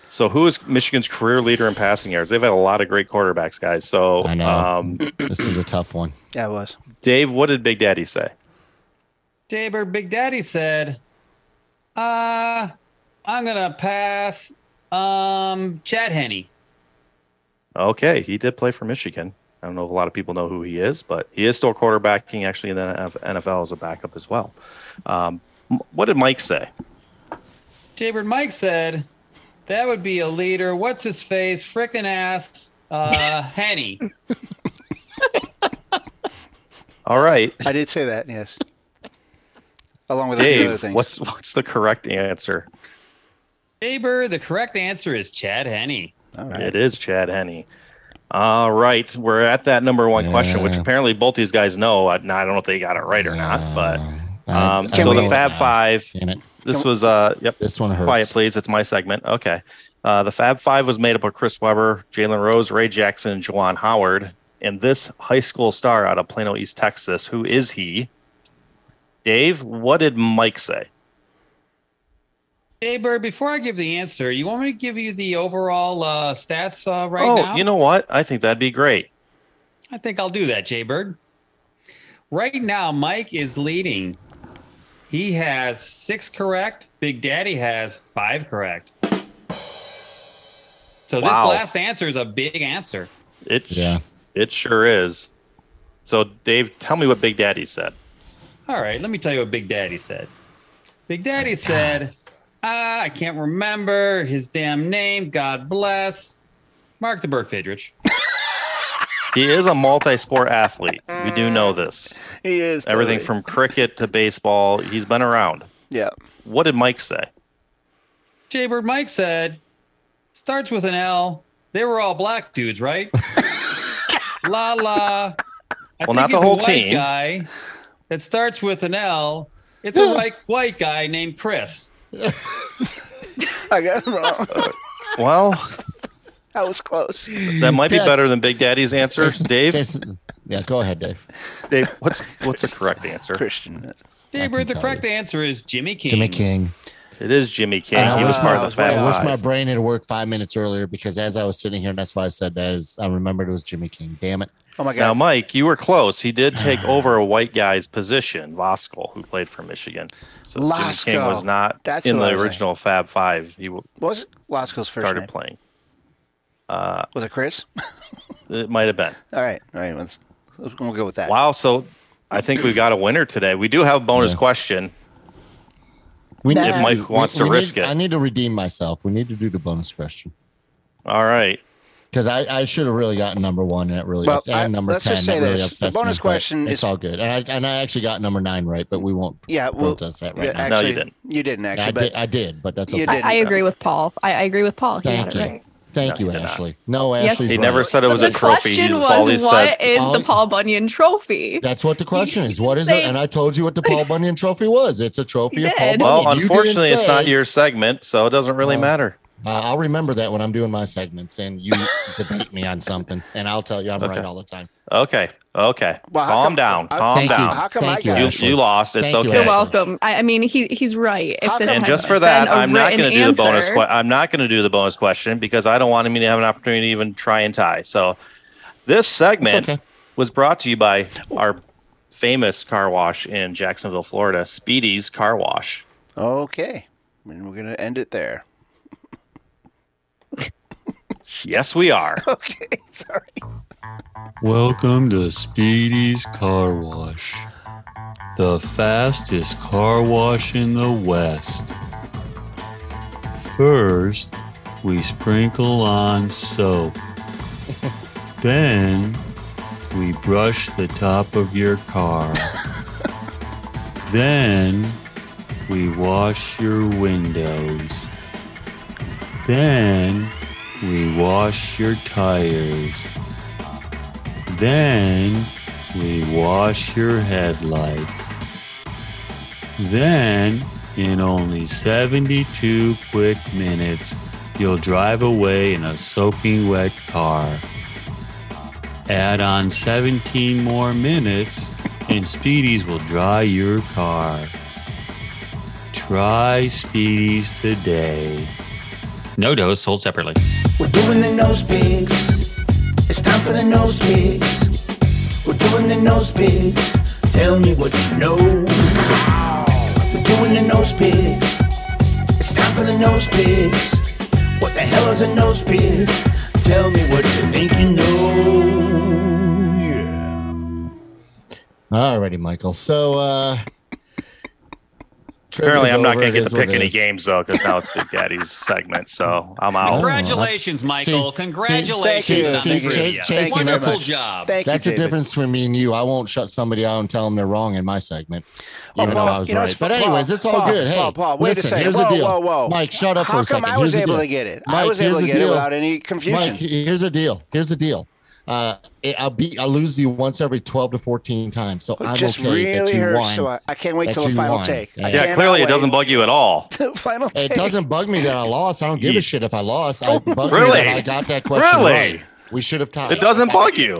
[SPEAKER 3] So who is Michigan's career leader in passing yards? They've had a lot of great quarterbacks, guys. So
[SPEAKER 1] I know.
[SPEAKER 3] um,
[SPEAKER 1] This is a tough one.
[SPEAKER 2] Yeah, it was.
[SPEAKER 3] Dave, what did Big Daddy say?
[SPEAKER 4] Jay Bird, Big Daddy said, uh, I'm going to pass um, Chad Henney.
[SPEAKER 3] Okay, he did play for Michigan. I don't know if a lot of people know who he is, but he is still quarterbacking actually in the NFL as a backup as well. Um, what did Mike say?
[SPEAKER 4] Jaybird Mike said, that would be a leader. What's his face? Frickin' ass. Uh, Henny.
[SPEAKER 3] All right.
[SPEAKER 2] I did say that. Yes. Along with a few other
[SPEAKER 3] Dave,
[SPEAKER 2] things.
[SPEAKER 3] what's what's the correct answer?
[SPEAKER 4] Jaybird, the correct answer is Chad Henny.
[SPEAKER 2] All
[SPEAKER 3] It
[SPEAKER 2] right.
[SPEAKER 3] is Chad Henney. All right, we're at that number one question, which
[SPEAKER 1] Yeah.
[SPEAKER 3] apparently both these guys know. I, now, I don't know if they got it right or not, but
[SPEAKER 1] I-
[SPEAKER 3] um,
[SPEAKER 1] I
[SPEAKER 3] so
[SPEAKER 1] don't
[SPEAKER 3] the
[SPEAKER 1] know.
[SPEAKER 3] Fab Five.
[SPEAKER 1] Damn it.
[SPEAKER 3] This was uh, yep.
[SPEAKER 1] This one hurts.
[SPEAKER 3] Quiet, please. It's my segment. Okay. Uh, the Fab Five was made up of Chris Webber, Jalen Rose, Ray Jackson, Juwan Howard, and this high school star out of Plano, East Texas. Who is he? Dave, what did Mike say?
[SPEAKER 4] Jaybird, before I give the answer, you want me to give you the overall uh, stats uh, right
[SPEAKER 3] oh,
[SPEAKER 4] now?
[SPEAKER 3] you know what? I think that'd be great.
[SPEAKER 4] I think I'll do that, Jaybird. Right now, Mike is leading. He has six correct. Big Daddy has five correct. So this
[SPEAKER 3] Wow.
[SPEAKER 4] last answer is a big answer.
[SPEAKER 3] It
[SPEAKER 1] Yeah.
[SPEAKER 3] It sure is. So, Dave, tell me what Big Daddy said.
[SPEAKER 4] All right, let me tell you what Big Daddy said. Big Daddy said, ah, I can't remember his damn name. God bless. Mark the Bird Fidrich.
[SPEAKER 3] He is a multi-sport athlete. We do know this.
[SPEAKER 2] He is.
[SPEAKER 3] Everything
[SPEAKER 2] totally.
[SPEAKER 3] from cricket to baseball, he's been around.
[SPEAKER 2] Yeah.
[SPEAKER 3] What did Mike say?
[SPEAKER 4] Jaybird Mike said, starts with an L. They were all black dudes, right? la la. I
[SPEAKER 3] Well, not
[SPEAKER 4] think
[SPEAKER 3] the
[SPEAKER 4] it's a
[SPEAKER 3] whole
[SPEAKER 4] white
[SPEAKER 3] team.
[SPEAKER 4] guy that starts with an L. It's a white white guy named Chris.
[SPEAKER 2] I got it wrong.
[SPEAKER 3] Well,
[SPEAKER 2] I was close.
[SPEAKER 3] that might be
[SPEAKER 1] Yeah.
[SPEAKER 3] better than Big Daddy's answer.
[SPEAKER 1] This-
[SPEAKER 3] Dave,
[SPEAKER 1] this- yeah, go ahead, Dave.
[SPEAKER 3] Dave, what's what's the correct answer?
[SPEAKER 2] Christian.
[SPEAKER 4] Jaybird, the
[SPEAKER 1] tell
[SPEAKER 4] correct
[SPEAKER 1] you.
[SPEAKER 4] answer is Jimmy King.
[SPEAKER 1] Jimmy King.
[SPEAKER 3] It is Jimmy King.
[SPEAKER 1] I
[SPEAKER 3] he was
[SPEAKER 1] wish
[SPEAKER 3] part
[SPEAKER 1] my-
[SPEAKER 3] of the Fab
[SPEAKER 1] I wish uh, my
[SPEAKER 3] Five.
[SPEAKER 1] brain had worked five minutes earlier because as I was sitting here, and that's why I said that is I remembered it was Jimmy King. Damn it.
[SPEAKER 2] Oh my
[SPEAKER 3] Now,
[SPEAKER 2] God.
[SPEAKER 3] Mike, you were close. He did take over a white guy's position, Laskell, who played for Michigan. So Jimmy King
[SPEAKER 2] Laskell.
[SPEAKER 3] was not
[SPEAKER 2] That's
[SPEAKER 3] in
[SPEAKER 2] who I
[SPEAKER 3] the
[SPEAKER 2] was
[SPEAKER 3] original Fab Five. He w-
[SPEAKER 2] What was Lasco's first
[SPEAKER 3] started
[SPEAKER 2] name?
[SPEAKER 3] playing.
[SPEAKER 2] Was it Chris?
[SPEAKER 3] It might have been.
[SPEAKER 2] All right. All right. Let's, let's, we'll go with that.
[SPEAKER 3] Wow. So I think we've got a winner today. We do have a bonus
[SPEAKER 1] Yeah.
[SPEAKER 3] question.
[SPEAKER 1] We
[SPEAKER 2] If
[SPEAKER 3] Mike wants to
[SPEAKER 1] need-
[SPEAKER 3] risk it.
[SPEAKER 1] I need to redeem myself. We need to do the bonus question
[SPEAKER 3] All right.
[SPEAKER 1] because I, I should have really gotten number one and it really
[SPEAKER 2] Well,
[SPEAKER 1] ups- and
[SPEAKER 2] I-
[SPEAKER 1] number
[SPEAKER 2] let's
[SPEAKER 1] ten.
[SPEAKER 2] just say
[SPEAKER 1] that really
[SPEAKER 2] this. The
[SPEAKER 1] upsets
[SPEAKER 2] bonus
[SPEAKER 1] me, but
[SPEAKER 2] question
[SPEAKER 1] it's
[SPEAKER 2] is-
[SPEAKER 1] all good. And I and I actually got number nine right, but we won't
[SPEAKER 2] Yeah. Well,
[SPEAKER 1] protest that right
[SPEAKER 2] yeah,
[SPEAKER 1] now.
[SPEAKER 3] No,
[SPEAKER 2] actually,
[SPEAKER 3] you didn't.
[SPEAKER 1] I
[SPEAKER 2] actually.
[SPEAKER 1] did I did, but that's
[SPEAKER 2] You
[SPEAKER 1] okay.
[SPEAKER 5] I,
[SPEAKER 2] didn't.
[SPEAKER 5] I agree with Paul. I, I agree with Paul. He
[SPEAKER 1] Thank
[SPEAKER 5] got
[SPEAKER 1] you.
[SPEAKER 5] it right.
[SPEAKER 1] Thank
[SPEAKER 3] No,
[SPEAKER 1] you,
[SPEAKER 3] he did not.
[SPEAKER 1] Ashley. No,
[SPEAKER 5] Yes,
[SPEAKER 1] Ashley's
[SPEAKER 3] He
[SPEAKER 1] right.
[SPEAKER 3] never said it was
[SPEAKER 5] the
[SPEAKER 3] a trophy. He
[SPEAKER 5] question
[SPEAKER 3] just
[SPEAKER 5] was,
[SPEAKER 3] always said
[SPEAKER 5] what is
[SPEAKER 1] All-
[SPEAKER 5] the Paul Bunyan Trophy?
[SPEAKER 1] That's what the question is.
[SPEAKER 5] You
[SPEAKER 1] What is
[SPEAKER 5] say-
[SPEAKER 1] it? And I told you what the Paul Bunyan trophy was. It's a trophy
[SPEAKER 5] You
[SPEAKER 1] of Paul
[SPEAKER 5] did.
[SPEAKER 1] Bunyan.
[SPEAKER 3] Well,
[SPEAKER 1] You didn't
[SPEAKER 3] unfortunately, it's not
[SPEAKER 1] say-
[SPEAKER 3] your segment, so it doesn't really
[SPEAKER 1] Well,
[SPEAKER 3] matter.
[SPEAKER 1] Uh, I'll remember that when I'm doing my segments and you debate me on something, and I'll tell you I'm
[SPEAKER 3] Okay.
[SPEAKER 1] right all the time.
[SPEAKER 3] Okay. Okay.
[SPEAKER 2] Well, how
[SPEAKER 3] calm
[SPEAKER 2] come-
[SPEAKER 3] down.
[SPEAKER 2] I-
[SPEAKER 3] calm
[SPEAKER 1] Thank you.
[SPEAKER 3] down.
[SPEAKER 2] How come
[SPEAKER 1] Thank
[SPEAKER 2] I
[SPEAKER 1] you,
[SPEAKER 2] got
[SPEAKER 3] You,
[SPEAKER 1] Ashley.
[SPEAKER 3] you lost. It's
[SPEAKER 1] Thank you,
[SPEAKER 3] okay.
[SPEAKER 5] You're
[SPEAKER 1] Ashley.
[SPEAKER 5] welcome. I, I mean, he he's right. If
[SPEAKER 2] How
[SPEAKER 5] this
[SPEAKER 2] come-
[SPEAKER 3] And
[SPEAKER 5] had
[SPEAKER 3] just for
[SPEAKER 5] been
[SPEAKER 3] that,
[SPEAKER 5] a
[SPEAKER 3] I'm not
[SPEAKER 5] written
[SPEAKER 3] going to do the bonus.
[SPEAKER 5] answer-
[SPEAKER 3] Que- I'm not going to do the bonus question because I don't want him to have an opportunity to even try and tie. So, this segment
[SPEAKER 1] okay.
[SPEAKER 3] was brought to you by our famous car wash in Jacksonville, Florida, Speedy's Car Wash.
[SPEAKER 2] Okay. And we're going to end it there.
[SPEAKER 3] Yes, we are.
[SPEAKER 2] Okay. Sorry.
[SPEAKER 7] Welcome to Speedy's Car Wash, the fastest car wash in the West. First, we sprinkle on soap. then, we brush the top of your car. then, we wash your windows. Then, we wash your tires. Then we wash your headlights. Then, in only 72 quick minutes, you'll drive away in a soaking wet car. Add on 17 more minutes, and Speedies will dry your car. Try Speedies today.
[SPEAKER 4] No dose, sold separately.
[SPEAKER 6] We're doing the nose pigs. It's time for the nose pigs. We're doing the nose pigs. Tell me what you know. We're doing the nose pigs. It's time for the nose pigs. What the hell is a nose pig? Tell me what you think you know. Yeah.
[SPEAKER 1] Alrighty, Michael. So, uh, trivia's
[SPEAKER 3] Apparently, I'm not
[SPEAKER 1] over.
[SPEAKER 3] going to
[SPEAKER 1] It
[SPEAKER 3] get
[SPEAKER 1] is
[SPEAKER 3] to
[SPEAKER 1] what
[SPEAKER 3] pick
[SPEAKER 1] it
[SPEAKER 3] any
[SPEAKER 1] is.
[SPEAKER 3] games though, because now it's Big Daddy's segment. So I'm out.
[SPEAKER 4] Congratulations, Michael.
[SPEAKER 1] see,
[SPEAKER 4] Congratulations
[SPEAKER 2] thank you,
[SPEAKER 4] on
[SPEAKER 2] thank
[SPEAKER 4] the
[SPEAKER 2] you,
[SPEAKER 4] trivia.
[SPEAKER 1] Chase- Chase,
[SPEAKER 2] you very
[SPEAKER 4] Wonderful
[SPEAKER 2] much.
[SPEAKER 4] job.
[SPEAKER 2] Thank
[SPEAKER 1] That's
[SPEAKER 2] you.
[SPEAKER 1] the
[SPEAKER 2] David.
[SPEAKER 1] difference between me and you. I won't shut somebody out and tell them they're wrong in my segment.
[SPEAKER 2] Oh,
[SPEAKER 1] Even though I was
[SPEAKER 2] you know,
[SPEAKER 1] right.
[SPEAKER 2] it's-
[SPEAKER 1] But anyways,
[SPEAKER 2] Paul,
[SPEAKER 1] it's all
[SPEAKER 2] Paul,
[SPEAKER 1] good. Hey,
[SPEAKER 2] Paul, Paul, wait
[SPEAKER 1] listen,
[SPEAKER 2] a second.
[SPEAKER 1] Here's
[SPEAKER 2] Whoa,
[SPEAKER 1] the deal.
[SPEAKER 2] whoa, whoa.
[SPEAKER 1] Mike, shut up
[SPEAKER 2] How
[SPEAKER 1] for
[SPEAKER 2] come
[SPEAKER 1] a second.
[SPEAKER 2] I
[SPEAKER 1] Here's
[SPEAKER 2] was
[SPEAKER 1] the
[SPEAKER 2] able
[SPEAKER 1] deal.
[SPEAKER 2] to get it? I
[SPEAKER 1] Mike,
[SPEAKER 2] was able
[SPEAKER 1] here's
[SPEAKER 2] to
[SPEAKER 1] the
[SPEAKER 2] get it
[SPEAKER 1] deal.
[SPEAKER 2] without any confusion.
[SPEAKER 1] Mike, he- here's the deal. Here's the deal. Uh, it, I'll be I lose you once every twelve to fourteen times, so I'm
[SPEAKER 2] just
[SPEAKER 1] okay
[SPEAKER 2] really
[SPEAKER 1] that you
[SPEAKER 2] hurts.
[SPEAKER 1] won.
[SPEAKER 2] So I, I can't wait
[SPEAKER 1] That
[SPEAKER 2] till the
[SPEAKER 1] you
[SPEAKER 2] final
[SPEAKER 1] won.
[SPEAKER 2] take. I
[SPEAKER 1] Yeah,
[SPEAKER 3] Yeah,
[SPEAKER 2] cannot
[SPEAKER 3] clearly
[SPEAKER 2] wait
[SPEAKER 3] it doesn't bug you at all.
[SPEAKER 2] till the final take.
[SPEAKER 1] it doesn't bug me that I lost. I don't give a shit if I lost. I bug me
[SPEAKER 3] Really?
[SPEAKER 1] that I got that question
[SPEAKER 3] Really?
[SPEAKER 1] right. We should have tied.
[SPEAKER 3] It doesn't bug you.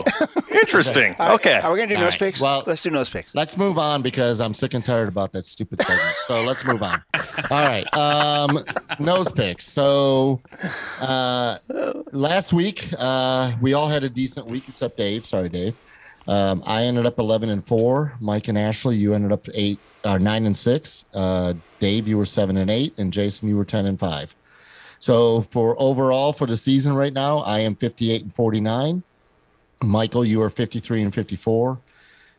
[SPEAKER 3] Interesting.
[SPEAKER 2] All right,
[SPEAKER 3] Okay.
[SPEAKER 2] Are we gonna do
[SPEAKER 1] All
[SPEAKER 2] nose
[SPEAKER 1] right,
[SPEAKER 2] picks?
[SPEAKER 1] well-
[SPEAKER 2] let's do nose picks.
[SPEAKER 1] Let's move on because I'm sick and tired about that stupid segment. So let's move on. All right. Um, nose picks. So uh, last week, uh, we all had a decent week except Dave. Sorry, Dave. Um, I ended up 11 and four. Mike and Ashley, you ended up eight or nine and six. Uh, Dave, you were seven and eight. And Jason, you were 10 and five. So for overall for the season right now, I am 58 and 49. Michael, you are 53 and 54.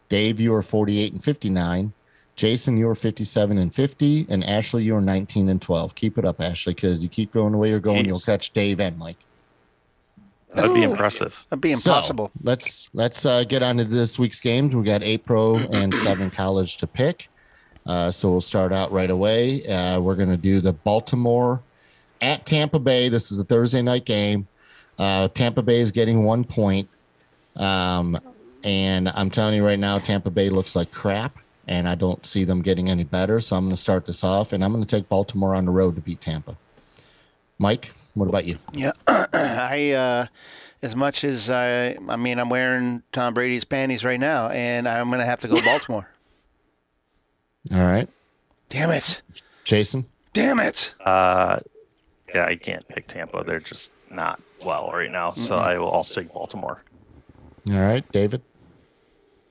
[SPEAKER 1] Dave, you are 48 and 59. Jason, you are 57 and 50. And Ashley, you are 19 and 12. Keep it up, Ashley, because you keep going the way you're going,
[SPEAKER 3] Jeez.
[SPEAKER 1] you'll catch Dave and Mike.
[SPEAKER 3] That'd be impressive.
[SPEAKER 2] That'd be
[SPEAKER 1] So,
[SPEAKER 2] impossible.
[SPEAKER 1] let's let's uh, get on to this week's games. We got eight pro and seven college to pick. Uh, so we'll start out right away. Uh, we're going to do the Baltimore at Tampa Bay. This is a Thursday night game. Uh, Tampa Bay is getting one point. Um, and I'm telling you right now, Tampa Bay looks like crap, and I don't see them getting any better. So I'm going to start this off, and I'm going to take Baltimore on the road to beat Tampa. Mike, what about you?
[SPEAKER 2] Yeah, I uh, as much as I, I mean, I'm wearing Tom Brady's panties right now, and I'm gonna have to go Baltimore.
[SPEAKER 1] All right,
[SPEAKER 2] Damn it,
[SPEAKER 1] Jason.
[SPEAKER 2] Damn it!
[SPEAKER 3] Uh, yeah, I can't pick Tampa. They're just not well right now. So I will also take Baltimore.
[SPEAKER 1] All right, David.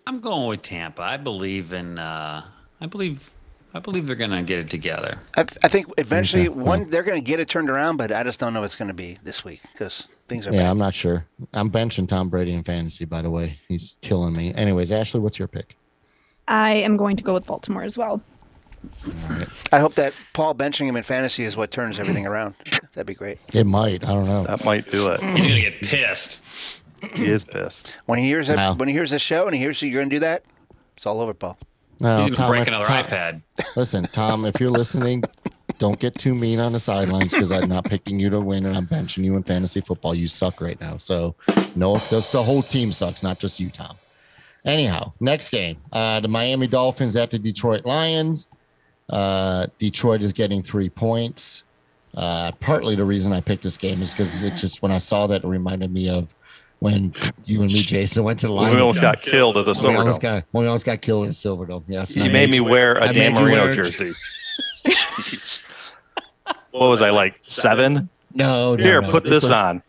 [SPEAKER 4] I'm going with Tampa. I believe in. Uh, I believe. I believe they're gonna get it together.
[SPEAKER 2] I, I think eventually one they're going to get it turned around, but I just don't know what it's going to be this week because things are
[SPEAKER 1] Yeah,
[SPEAKER 2] bad.
[SPEAKER 1] I'm not sure. I'm benching Tom Brady in fantasy, by the way. He's killing me. Anyways, Ashley, what's your pick?
[SPEAKER 5] I am going to go with Baltimore as well.
[SPEAKER 2] I hope that Paul benching him in fantasy is what turns everything around. That'd be great.
[SPEAKER 1] It might. I don't know.
[SPEAKER 3] That might do it.
[SPEAKER 4] He's gonna get pissed.
[SPEAKER 3] He is pissed.
[SPEAKER 2] When he hears that,
[SPEAKER 1] Wow.
[SPEAKER 2] when he hears this show and he hears that you're going to do that, it's all over, Paul.
[SPEAKER 1] No,
[SPEAKER 4] He's gonna break
[SPEAKER 1] if-
[SPEAKER 4] another
[SPEAKER 1] Oh, Tom-
[SPEAKER 4] iPad.
[SPEAKER 1] Listen, Tom, if you're listening, don't get too mean on the sidelines because I'm not picking you to win and I'm benching you in fantasy football. You suck right now. So, no, that's the whole team sucks, not just you, Tom. Anyhow, next game uh, the Miami Dolphins at the Detroit Lions. Uh, Detroit is getting three points. Uh, partly the reason I picked this game is because it just when I saw that it reminded me of when you and me, Jason, went to the
[SPEAKER 3] We
[SPEAKER 1] Lions.
[SPEAKER 3] almost got killed at the
[SPEAKER 1] we almost
[SPEAKER 3] Silverdome.
[SPEAKER 1] got we almost got killed in Silverdome. Yes,
[SPEAKER 3] You
[SPEAKER 1] nice.
[SPEAKER 3] made me wear a
[SPEAKER 7] I made
[SPEAKER 3] Dan
[SPEAKER 7] you wear
[SPEAKER 3] Marino
[SPEAKER 7] it.
[SPEAKER 3] jersey. Jeez. What was I like seven?
[SPEAKER 1] no, no,
[SPEAKER 3] Here,
[SPEAKER 1] no,
[SPEAKER 3] put this
[SPEAKER 1] was-
[SPEAKER 3] on.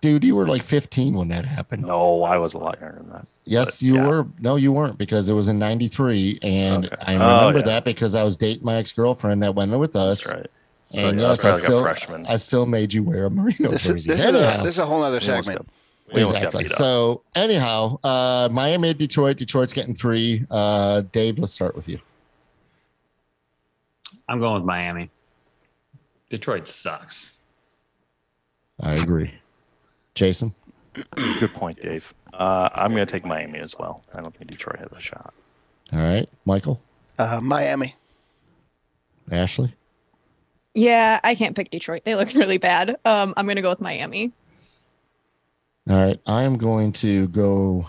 [SPEAKER 1] dude you were like 15 when that happened
[SPEAKER 3] No, I was a lot younger than that.
[SPEAKER 1] yes
[SPEAKER 3] but
[SPEAKER 1] you
[SPEAKER 3] yeah.
[SPEAKER 1] were no you weren't because it was in 93 and
[SPEAKER 3] Okay.
[SPEAKER 1] i
[SPEAKER 3] Oh,
[SPEAKER 1] remember
[SPEAKER 3] yeah.
[SPEAKER 1] that because i was dating my ex-girlfriend that went with us
[SPEAKER 3] That's right. So,
[SPEAKER 1] and
[SPEAKER 3] yeah, I was
[SPEAKER 1] yes i
[SPEAKER 3] probably like a
[SPEAKER 1] still
[SPEAKER 3] freshman.
[SPEAKER 1] i still made you wear a merino
[SPEAKER 2] This is
[SPEAKER 1] jersey
[SPEAKER 2] this is a,
[SPEAKER 1] Anyhow,
[SPEAKER 2] this is a whole other
[SPEAKER 3] We almost
[SPEAKER 2] segment.
[SPEAKER 3] got- we almost got
[SPEAKER 1] exactly
[SPEAKER 3] beat up.
[SPEAKER 1] so anyhow uh miami at detroit detroit's getting three uh dave let's start with you
[SPEAKER 4] I'm going with Miami. Detroit sucks.
[SPEAKER 1] i agree jason
[SPEAKER 3] Good point, Dave. Uh, I'm going to take Miami as well. I don't think Detroit has a shot.
[SPEAKER 1] all right michael
[SPEAKER 2] Uh, Miami.
[SPEAKER 1] ashley
[SPEAKER 5] Yeah, I can't pick Detroit. They look really bad. Um, I'm gonna go with Miami.
[SPEAKER 1] All right, I am going to go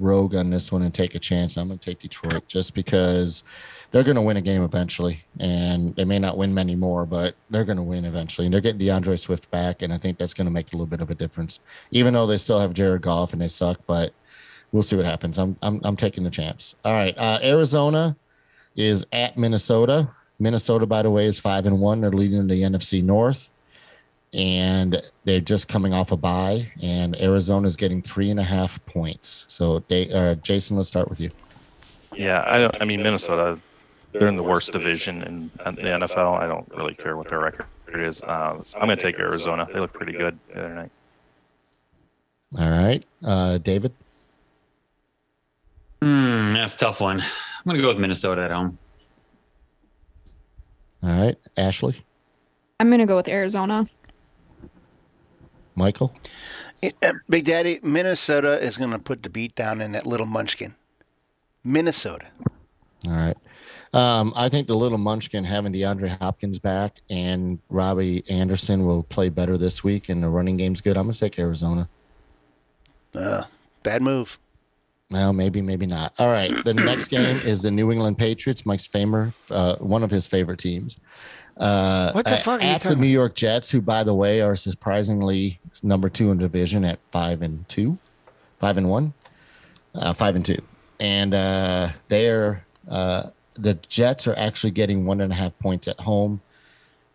[SPEAKER 1] rogue on this one and take a chance. I'm going to take Detroit just because they're going to win a game eventually, and they may not win many more, but they're going to win eventually. And they're getting DeAndre Swift back, and I think that's going to make a little bit of a difference, even though they still have Jared Goff and they suck. But we'll see what happens. I'm I'm, I'm taking the chance. All right, uh, Arizona is at Minnesota. Minnesota, by the way, is five and one. They're leading the NFC North and they're just coming off a bye, and Arizona's getting three and a half points. So, Da- uh, Jason, let's start with you.
[SPEAKER 3] Yeah, I don't. I mean, Minnesota, they're in the worst division in in the NFL. I don't really care what their record is. Uh, I'm going to take Arizona. They look pretty good the other night.
[SPEAKER 1] All right, uh, David.
[SPEAKER 4] Hmm, that's a tough one. I'm gonna go with Minnesota at home.
[SPEAKER 1] All right, Ashley,
[SPEAKER 5] I'm gonna go with Arizona.
[SPEAKER 1] Michael.
[SPEAKER 2] Uh, Big Daddy, Minnesota is going to put the beat down in that little munchkin. Minnesota.
[SPEAKER 1] All right. Um, I think the little munchkin having DeAndre Hopkins back and Robbie Anderson will play better this week, and the running game's good. I'm going to take Arizona.
[SPEAKER 2] Uh, bad move.
[SPEAKER 1] Well, maybe, maybe not. All right. The next game is the New England Patriots, Mike's famer, uh, one of his favorite teams. Uh,
[SPEAKER 2] What the
[SPEAKER 1] at-
[SPEAKER 2] fuck are you
[SPEAKER 1] At the
[SPEAKER 2] talking
[SPEAKER 1] New York Jets, who, by the way, are surprisingly number two in division at five and two, five and one, uh, five and two, and uh, they are uh, the Jets are actually getting one and a half points at home.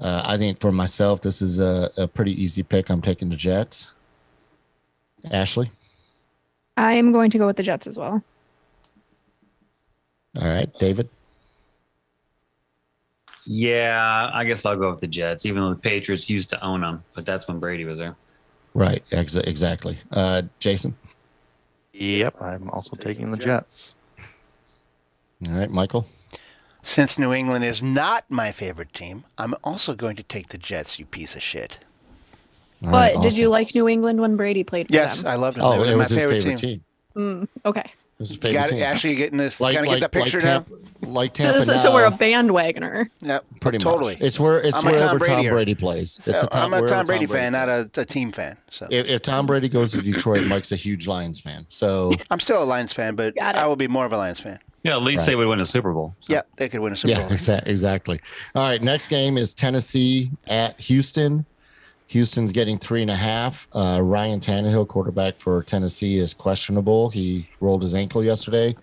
[SPEAKER 1] Uh, I think for myself, this is a, a pretty easy pick. I'm taking the Jets. Ashley.
[SPEAKER 5] I am going to go with the Jets as well.
[SPEAKER 1] All right, David.
[SPEAKER 4] Yeah, I guess I'll go with the Jets, even though the Patriots used to own them, but that's when Brady was there.
[SPEAKER 1] Right, ex- exactly. Uh, Jason.
[SPEAKER 3] Yep, I'm also taking the Jets.
[SPEAKER 1] All right, Michael.
[SPEAKER 2] Since New England is not my favorite team, I'm also going to take the Jets, you piece of shit.
[SPEAKER 1] All
[SPEAKER 5] but
[SPEAKER 1] right,
[SPEAKER 5] did you
[SPEAKER 1] awesome.
[SPEAKER 5] like New England when Brady played for
[SPEAKER 2] Yes,
[SPEAKER 5] them?
[SPEAKER 2] I loved them.
[SPEAKER 1] Oh,
[SPEAKER 2] they were
[SPEAKER 1] it
[SPEAKER 2] my
[SPEAKER 1] was his
[SPEAKER 2] favorite,
[SPEAKER 1] favorite,
[SPEAKER 2] team.
[SPEAKER 1] team.
[SPEAKER 5] Mm, okay.
[SPEAKER 1] It was his
[SPEAKER 2] You
[SPEAKER 1] favorite
[SPEAKER 2] got it.
[SPEAKER 1] team.
[SPEAKER 2] Actually, getting this.
[SPEAKER 1] like,
[SPEAKER 2] kind of
[SPEAKER 1] like,
[SPEAKER 2] get that picture
[SPEAKER 1] like
[SPEAKER 2] now.
[SPEAKER 1] Tampa, like
[SPEAKER 5] So,
[SPEAKER 1] Tampa
[SPEAKER 5] this is- so
[SPEAKER 1] now,
[SPEAKER 5] we're a bandwagoner.
[SPEAKER 2] Yeah,
[SPEAKER 1] pretty much.
[SPEAKER 2] totally.
[SPEAKER 1] It's where it's
[SPEAKER 2] I'm a
[SPEAKER 1] wherever
[SPEAKER 2] Tom
[SPEAKER 1] Tom Brady,
[SPEAKER 2] Bradier.
[SPEAKER 1] plays. It's a Tom,
[SPEAKER 2] I'm a
[SPEAKER 1] wherever
[SPEAKER 2] Tom Brady fan,
[SPEAKER 1] plays.
[SPEAKER 2] not a, a team fan. So
[SPEAKER 1] If, if Tom Brady goes to Detroit, Mike's a huge Lions fan. So
[SPEAKER 2] I'm still a Lions fan, but
[SPEAKER 5] Got it.
[SPEAKER 2] I will be more of a Lions fan.
[SPEAKER 4] Yeah, at least
[SPEAKER 1] Right.
[SPEAKER 4] they would win a Super Bowl.
[SPEAKER 2] Yeah, they could win a Super
[SPEAKER 1] yeah,
[SPEAKER 2] Bowl.
[SPEAKER 1] exa- exactly. All right, next game is Tennessee at Houston. Houston's getting three and a half. Uh, Ryan Tannehill, quarterback for Tennessee, is questionable. He rolled his ankle yesterday.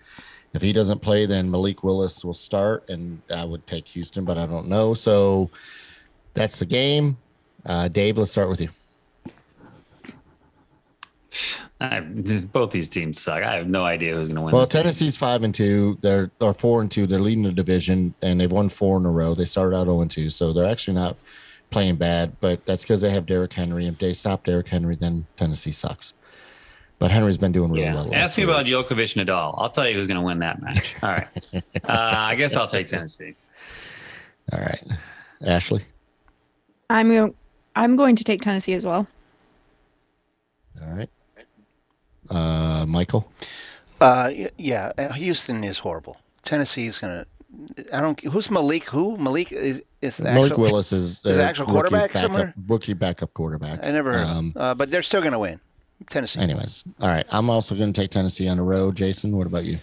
[SPEAKER 1] If he doesn't play, then Malik Willis will start, and I would take Houston, but I don't know. So That's the game. Uh, Dave, let's start with you.
[SPEAKER 4] I, both these teams suck. I have no idea who's going to win.
[SPEAKER 1] Well,
[SPEAKER 4] this game.
[SPEAKER 1] Tennessee's five and two. They're or four and two. They're leading the division, and they've won four in a row. They started out zero and two, so they're actually not playing bad. But that's because they have Derrick Henry. If they stop Derrick Henry, then Tennessee sucks. But Henry's been doing really
[SPEAKER 4] Yeah.
[SPEAKER 1] well. last
[SPEAKER 4] Ask me
[SPEAKER 1] few
[SPEAKER 4] about
[SPEAKER 1] weeks.
[SPEAKER 4] Djokovic Nadal. I'll tell you who's going to win that match. All right. Uh, I guess I'll take Tennessee.
[SPEAKER 1] All right, Ashley.
[SPEAKER 5] I'm going. I'm going to take Tennessee as well.
[SPEAKER 1] All right, uh, Michael.
[SPEAKER 2] Uh, y- yeah, uh, Houston is horrible. Tennessee's gonna. I don't. Who's Malik? Who Malik is? Is the
[SPEAKER 1] Malik
[SPEAKER 2] actual-
[SPEAKER 1] Willis is
[SPEAKER 2] is
[SPEAKER 1] their
[SPEAKER 2] the actual
[SPEAKER 1] rookie
[SPEAKER 2] quarterback
[SPEAKER 1] backup,
[SPEAKER 2] somewhere?
[SPEAKER 1] Rookie backup quarterback.
[SPEAKER 2] I never heard. of
[SPEAKER 1] Um,
[SPEAKER 2] him. Uh, but they're still gonna win. Tennessee.
[SPEAKER 1] Anyways, all right. I'm also going to take Tennessee on the road. Jason, what about you?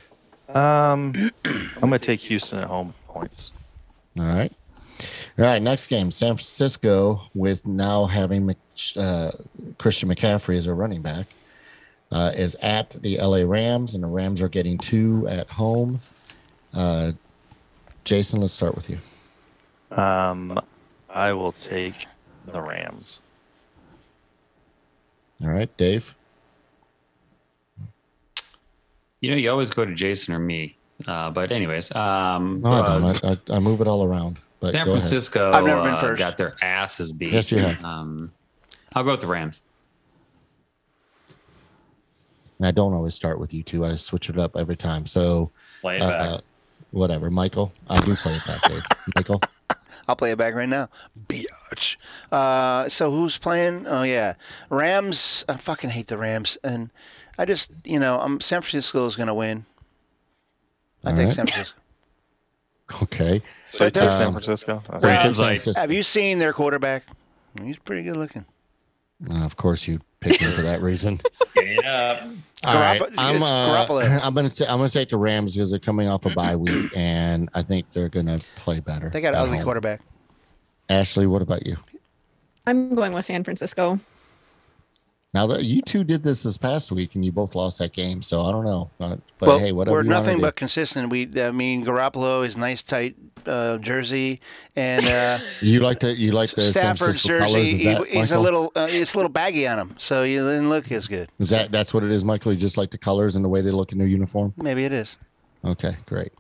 [SPEAKER 3] Um, I'm gonna take Houston at home points.
[SPEAKER 1] All right. All right. Next game, San Francisco, with now having Mc- uh, Christian McCaffrey as a running back, uh, is at the LA Rams, and the Rams are getting two at home. Uh, Jason, let's start with you.
[SPEAKER 3] Um, I will take the Rams.
[SPEAKER 1] All right, Dave.
[SPEAKER 4] You know, you always go to Jason or me. Uh, but anyways, um,
[SPEAKER 1] No, Oh, I
[SPEAKER 4] uh,
[SPEAKER 1] don't. I, I, I move it all around. But
[SPEAKER 4] San
[SPEAKER 1] go ahead.
[SPEAKER 4] Francisco
[SPEAKER 2] I've never been
[SPEAKER 4] uh,
[SPEAKER 2] first.
[SPEAKER 4] got their asses beat.
[SPEAKER 1] Yes, you have.
[SPEAKER 4] Um, I'll go with the Rams.
[SPEAKER 1] And I don't always start with you two. I switch it up every time. So,
[SPEAKER 4] Play it
[SPEAKER 1] uh,
[SPEAKER 4] back.
[SPEAKER 1] uh, whatever, Michael. I do play it back, Dave. Michael.
[SPEAKER 2] I'll play it back right now. Biatch. Uh, so who's playing? Oh yeah, Rams. I fucking hate the Rams, and I just you know, I'm San Francisco's gonna win. I
[SPEAKER 1] All
[SPEAKER 2] think
[SPEAKER 1] right.
[SPEAKER 2] San Francisco.
[SPEAKER 1] Okay.
[SPEAKER 3] So you
[SPEAKER 2] But they're-
[SPEAKER 3] take San Francisco.
[SPEAKER 1] So you
[SPEAKER 3] Okay.
[SPEAKER 1] took
[SPEAKER 4] Rams,
[SPEAKER 1] San
[SPEAKER 4] like-
[SPEAKER 1] Francisco.
[SPEAKER 2] Have you seen their quarterback? He's pretty good looking.
[SPEAKER 1] Uh, of course, you picked me for that reason.
[SPEAKER 4] Yeah.
[SPEAKER 1] All right,
[SPEAKER 2] Garopp-
[SPEAKER 1] I'm,
[SPEAKER 2] it's
[SPEAKER 1] uh,
[SPEAKER 2] Garoppolo.
[SPEAKER 1] I'm gonna say I'm gonna take the Rams because they're coming off a bye week, and I think they're gonna play better.
[SPEAKER 2] They got an
[SPEAKER 1] at
[SPEAKER 2] ugly
[SPEAKER 1] home.
[SPEAKER 2] quarterback.
[SPEAKER 1] Ashley, what about you?
[SPEAKER 5] I'm going with San Francisco.
[SPEAKER 1] Now that you two did this this past week, and you both lost that game, so I don't know. Uh, but
[SPEAKER 2] well,
[SPEAKER 1] hey, whatever.
[SPEAKER 2] we're
[SPEAKER 1] you
[SPEAKER 2] nothing
[SPEAKER 1] wanna
[SPEAKER 2] but consistent. We, I mean, Garoppolo is nice tight uh, jersey, and uh,
[SPEAKER 1] do. you like to you like the San
[SPEAKER 2] Stafford's
[SPEAKER 1] Francisco
[SPEAKER 2] jersey.
[SPEAKER 1] colors. Is
[SPEAKER 2] he-
[SPEAKER 1] that
[SPEAKER 2] he's a
[SPEAKER 1] Michael?
[SPEAKER 2] little, uh, it's a little baggy on him, so he doesn't look as good.
[SPEAKER 1] Is that that's what it is, Michael? You just like the colors and the way they look in their uniform.
[SPEAKER 2] Maybe it is,
[SPEAKER 1] Okay, great.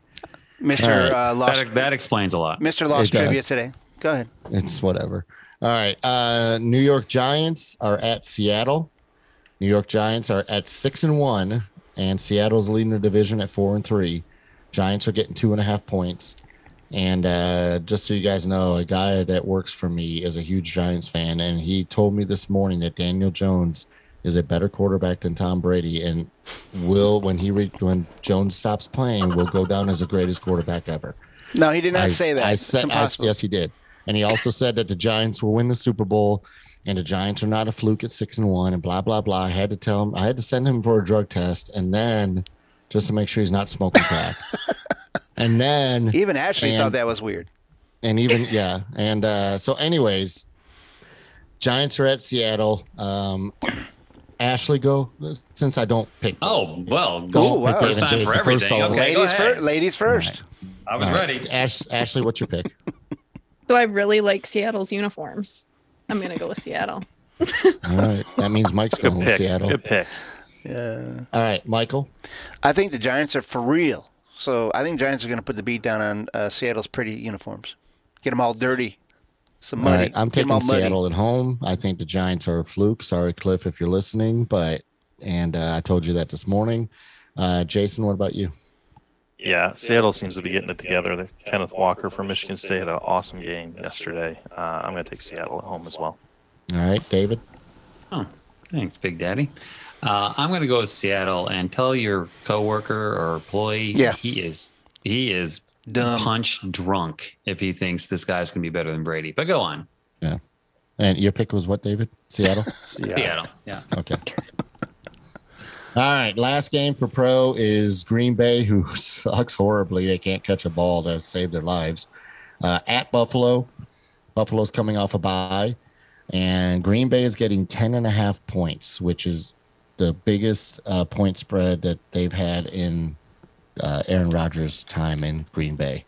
[SPEAKER 2] Mister
[SPEAKER 1] All right.
[SPEAKER 2] uh, Lost,
[SPEAKER 4] That, that explains a lot.
[SPEAKER 2] Mister Lost
[SPEAKER 1] It does.
[SPEAKER 2] Trivia today. Go ahead.
[SPEAKER 1] It's whatever. All right. Uh, New York Giants are at Seattle. New York Giants are at six and one, and Seattle's leading the division at four and three. Giants are getting two and a half points. And uh, just so you guys know, a guy that works for me is a huge Giants fan, and he told me this morning that Daniel Jones is a better quarterback than Tom Brady, and will when he re- when Jones stops playing, will go down as the greatest quarterback ever.
[SPEAKER 2] No, he did not
[SPEAKER 1] I-
[SPEAKER 2] say that.
[SPEAKER 1] I
[SPEAKER 2] It's
[SPEAKER 1] said, I,
[SPEAKER 2] impossible.
[SPEAKER 1] yes, he did. And he also said that the Giants will win the Super Bowl and the Giants are not a fluke at six and one and blah, blah, blah. I had to tell him, I had to send him for a drug test and then just to make sure he's not smoking crack. and then,
[SPEAKER 2] Even Ashley
[SPEAKER 1] And-
[SPEAKER 2] thought that was weird.
[SPEAKER 1] and even, yeah. And uh, so, anyways, Giants are at Seattle. Um, Ashley, go since I don't pick.
[SPEAKER 4] Oh, well,
[SPEAKER 1] Don't
[SPEAKER 2] Ooh, wow.
[SPEAKER 1] pick Dave
[SPEAKER 4] First
[SPEAKER 1] and
[SPEAKER 4] time
[SPEAKER 1] Jason
[SPEAKER 4] for
[SPEAKER 1] first
[SPEAKER 4] everything.
[SPEAKER 1] off.
[SPEAKER 4] Okay, go
[SPEAKER 2] ladies,
[SPEAKER 4] ahead.
[SPEAKER 2] fir- ladies first.
[SPEAKER 4] I was
[SPEAKER 1] All right.
[SPEAKER 4] ready.
[SPEAKER 1] Ash- Ashley, what's your pick?
[SPEAKER 5] So I really like Seattle's uniforms. I'm gonna go with Seattle.
[SPEAKER 1] All right. That means Mike's
[SPEAKER 3] Good
[SPEAKER 1] going with
[SPEAKER 3] pick.
[SPEAKER 1] Seattle.
[SPEAKER 3] Good pick.
[SPEAKER 2] Yeah.
[SPEAKER 1] All right, Michael.
[SPEAKER 2] Uh, I think the Giants are for real. So I think Giants are going to put the beat down on uh, Seattle's pretty uniforms. Get them all dirty, some
[SPEAKER 1] All
[SPEAKER 2] muddy.
[SPEAKER 1] right, I'm
[SPEAKER 2] Get 'em
[SPEAKER 1] taking
[SPEAKER 2] all muddy.
[SPEAKER 1] Seattle at home. I think the Giants are a fluke. Sorry, Cliff, if you're listening, but and uh, I told you that this morning. Uh, Jason, what about you?
[SPEAKER 3] Yeah, Seattle seems to be getting it together. The Kenneth Walker from Michigan State had an awesome game yesterday. Uh, I'm going to take Seattle at home as well.
[SPEAKER 1] All right, David.
[SPEAKER 4] Oh, thanks, Big Daddy. Uh, I'm going to go to Seattle and tell your coworker or employee
[SPEAKER 2] Yeah.
[SPEAKER 4] he is he is
[SPEAKER 2] Dumb.
[SPEAKER 4] punch drunk if he thinks this guy's going to be better than Brady. But go on,
[SPEAKER 1] And your pick was what, David? Seattle.
[SPEAKER 4] Seattle. Yeah,
[SPEAKER 1] Okay. All right, last game for pro is Green Bay, who sucks horribly. They can't catch a ball to save their lives. Uh, at Buffalo, Buffalo's coming off a bye, and Green Bay is getting 10 and a half points, which is the biggest uh, point spread that they've had in uh, Aaron Rodgers' time in Green Bay.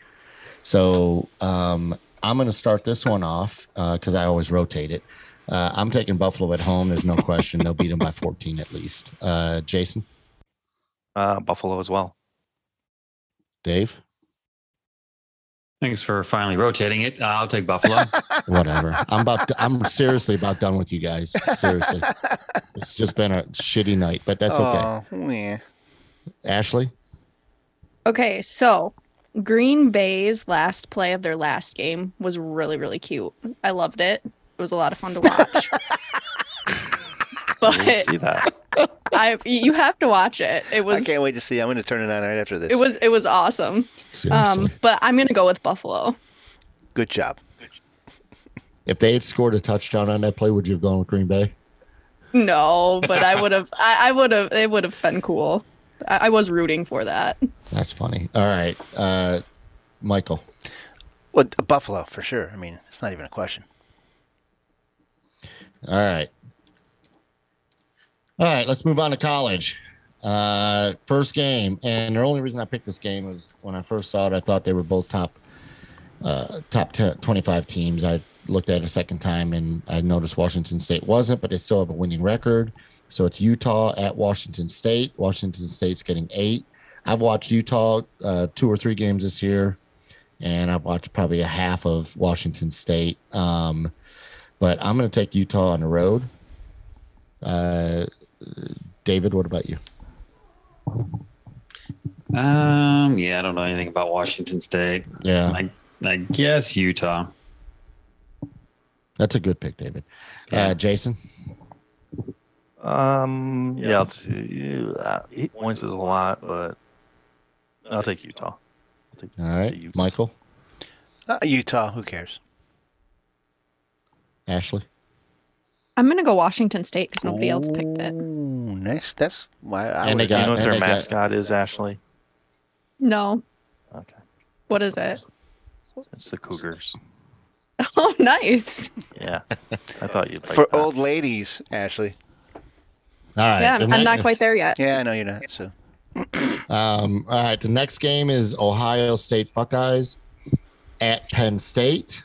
[SPEAKER 1] So um, I'm going to start this one off because I always rotate it. Uh, I'm taking Buffalo at home. There's no question. They'll beat them by 14 at least. Uh, Jason,
[SPEAKER 3] Uh, Buffalo as well.
[SPEAKER 1] Dave,
[SPEAKER 4] Thanks for finally rotating it. Uh, I'll take Buffalo.
[SPEAKER 1] whatever. I'm about. To, I'm seriously about done with you guys. Seriously, it's just been a shitty night, but that's okay.
[SPEAKER 2] Oh, yeah.
[SPEAKER 1] Ashley,
[SPEAKER 5] Okay, so Green Bay's last play of their last game was really, really cute. I loved it. It was a lot of fun to watch.
[SPEAKER 3] I didn't
[SPEAKER 5] but
[SPEAKER 3] see that.
[SPEAKER 5] I, you have to watch it. It
[SPEAKER 2] I
[SPEAKER 5] was,
[SPEAKER 2] can't wait to see. I'm going to turn it on right after this.
[SPEAKER 5] it was, it was awesome.
[SPEAKER 1] seriously,
[SPEAKER 5] Um, but I'm gonna go with Buffalo.
[SPEAKER 2] Good job.
[SPEAKER 1] if they had scored a touchdown on that play, would you have gone with Green Bay?
[SPEAKER 5] No, but I would have. I, I would have. It would have been cool. I, I was rooting for that.
[SPEAKER 1] That's funny. All right, uh, Michael.
[SPEAKER 2] Well, Buffalo for sure. I mean, it's not even a question.
[SPEAKER 1] All right. All right, let's move on to college. Uh, first game, and the only reason I picked this game was when I first saw it, I thought they were both top uh, top 10, 25 teams. I looked at it a second time, and I noticed Washington State wasn't, but they still have a winning record. So it's Utah at Washington State. Washington State's getting eight. I've watched Utah uh, two or three games this year, and I've watched probably a half of Washington State. Um, but I'm going to take Utah on the road. Uh, David, what about you?
[SPEAKER 7] Um, yeah, I don't know anything about Washington State.
[SPEAKER 1] Yeah,
[SPEAKER 7] I, I guess Utah.
[SPEAKER 1] that's a good pick, David. Uh, Jason,
[SPEAKER 3] Um, yeah, I'll t- uh, eight points is a lot, but I'll take Utah. I'll take
[SPEAKER 1] all right,
[SPEAKER 3] the Utes.
[SPEAKER 1] Michael,
[SPEAKER 2] Uh, Utah, who cares?
[SPEAKER 1] Ashley.
[SPEAKER 5] I'm gonna go Washington State because nobody else picked it.
[SPEAKER 2] Ooh, Nice. That's why I
[SPEAKER 1] And
[SPEAKER 2] would,
[SPEAKER 1] they
[SPEAKER 3] Do you
[SPEAKER 1] got-
[SPEAKER 3] know what
[SPEAKER 1] and
[SPEAKER 3] their
[SPEAKER 1] they got-
[SPEAKER 3] mascot is, Ashley?
[SPEAKER 5] No,
[SPEAKER 3] Okay.
[SPEAKER 5] what is it?
[SPEAKER 3] It's the Cougars.
[SPEAKER 5] Oh, nice.
[SPEAKER 3] Yeah, I thought you'd like
[SPEAKER 2] for
[SPEAKER 3] that.
[SPEAKER 2] old ladies, Ashley.
[SPEAKER 1] All right,
[SPEAKER 5] yeah,
[SPEAKER 1] the
[SPEAKER 5] I'm, I'm
[SPEAKER 1] ne-
[SPEAKER 5] not quite there yet.
[SPEAKER 2] Yeah, I know you're not. So
[SPEAKER 1] Um, all right, the next game is Ohio State Buckeyes at Penn State,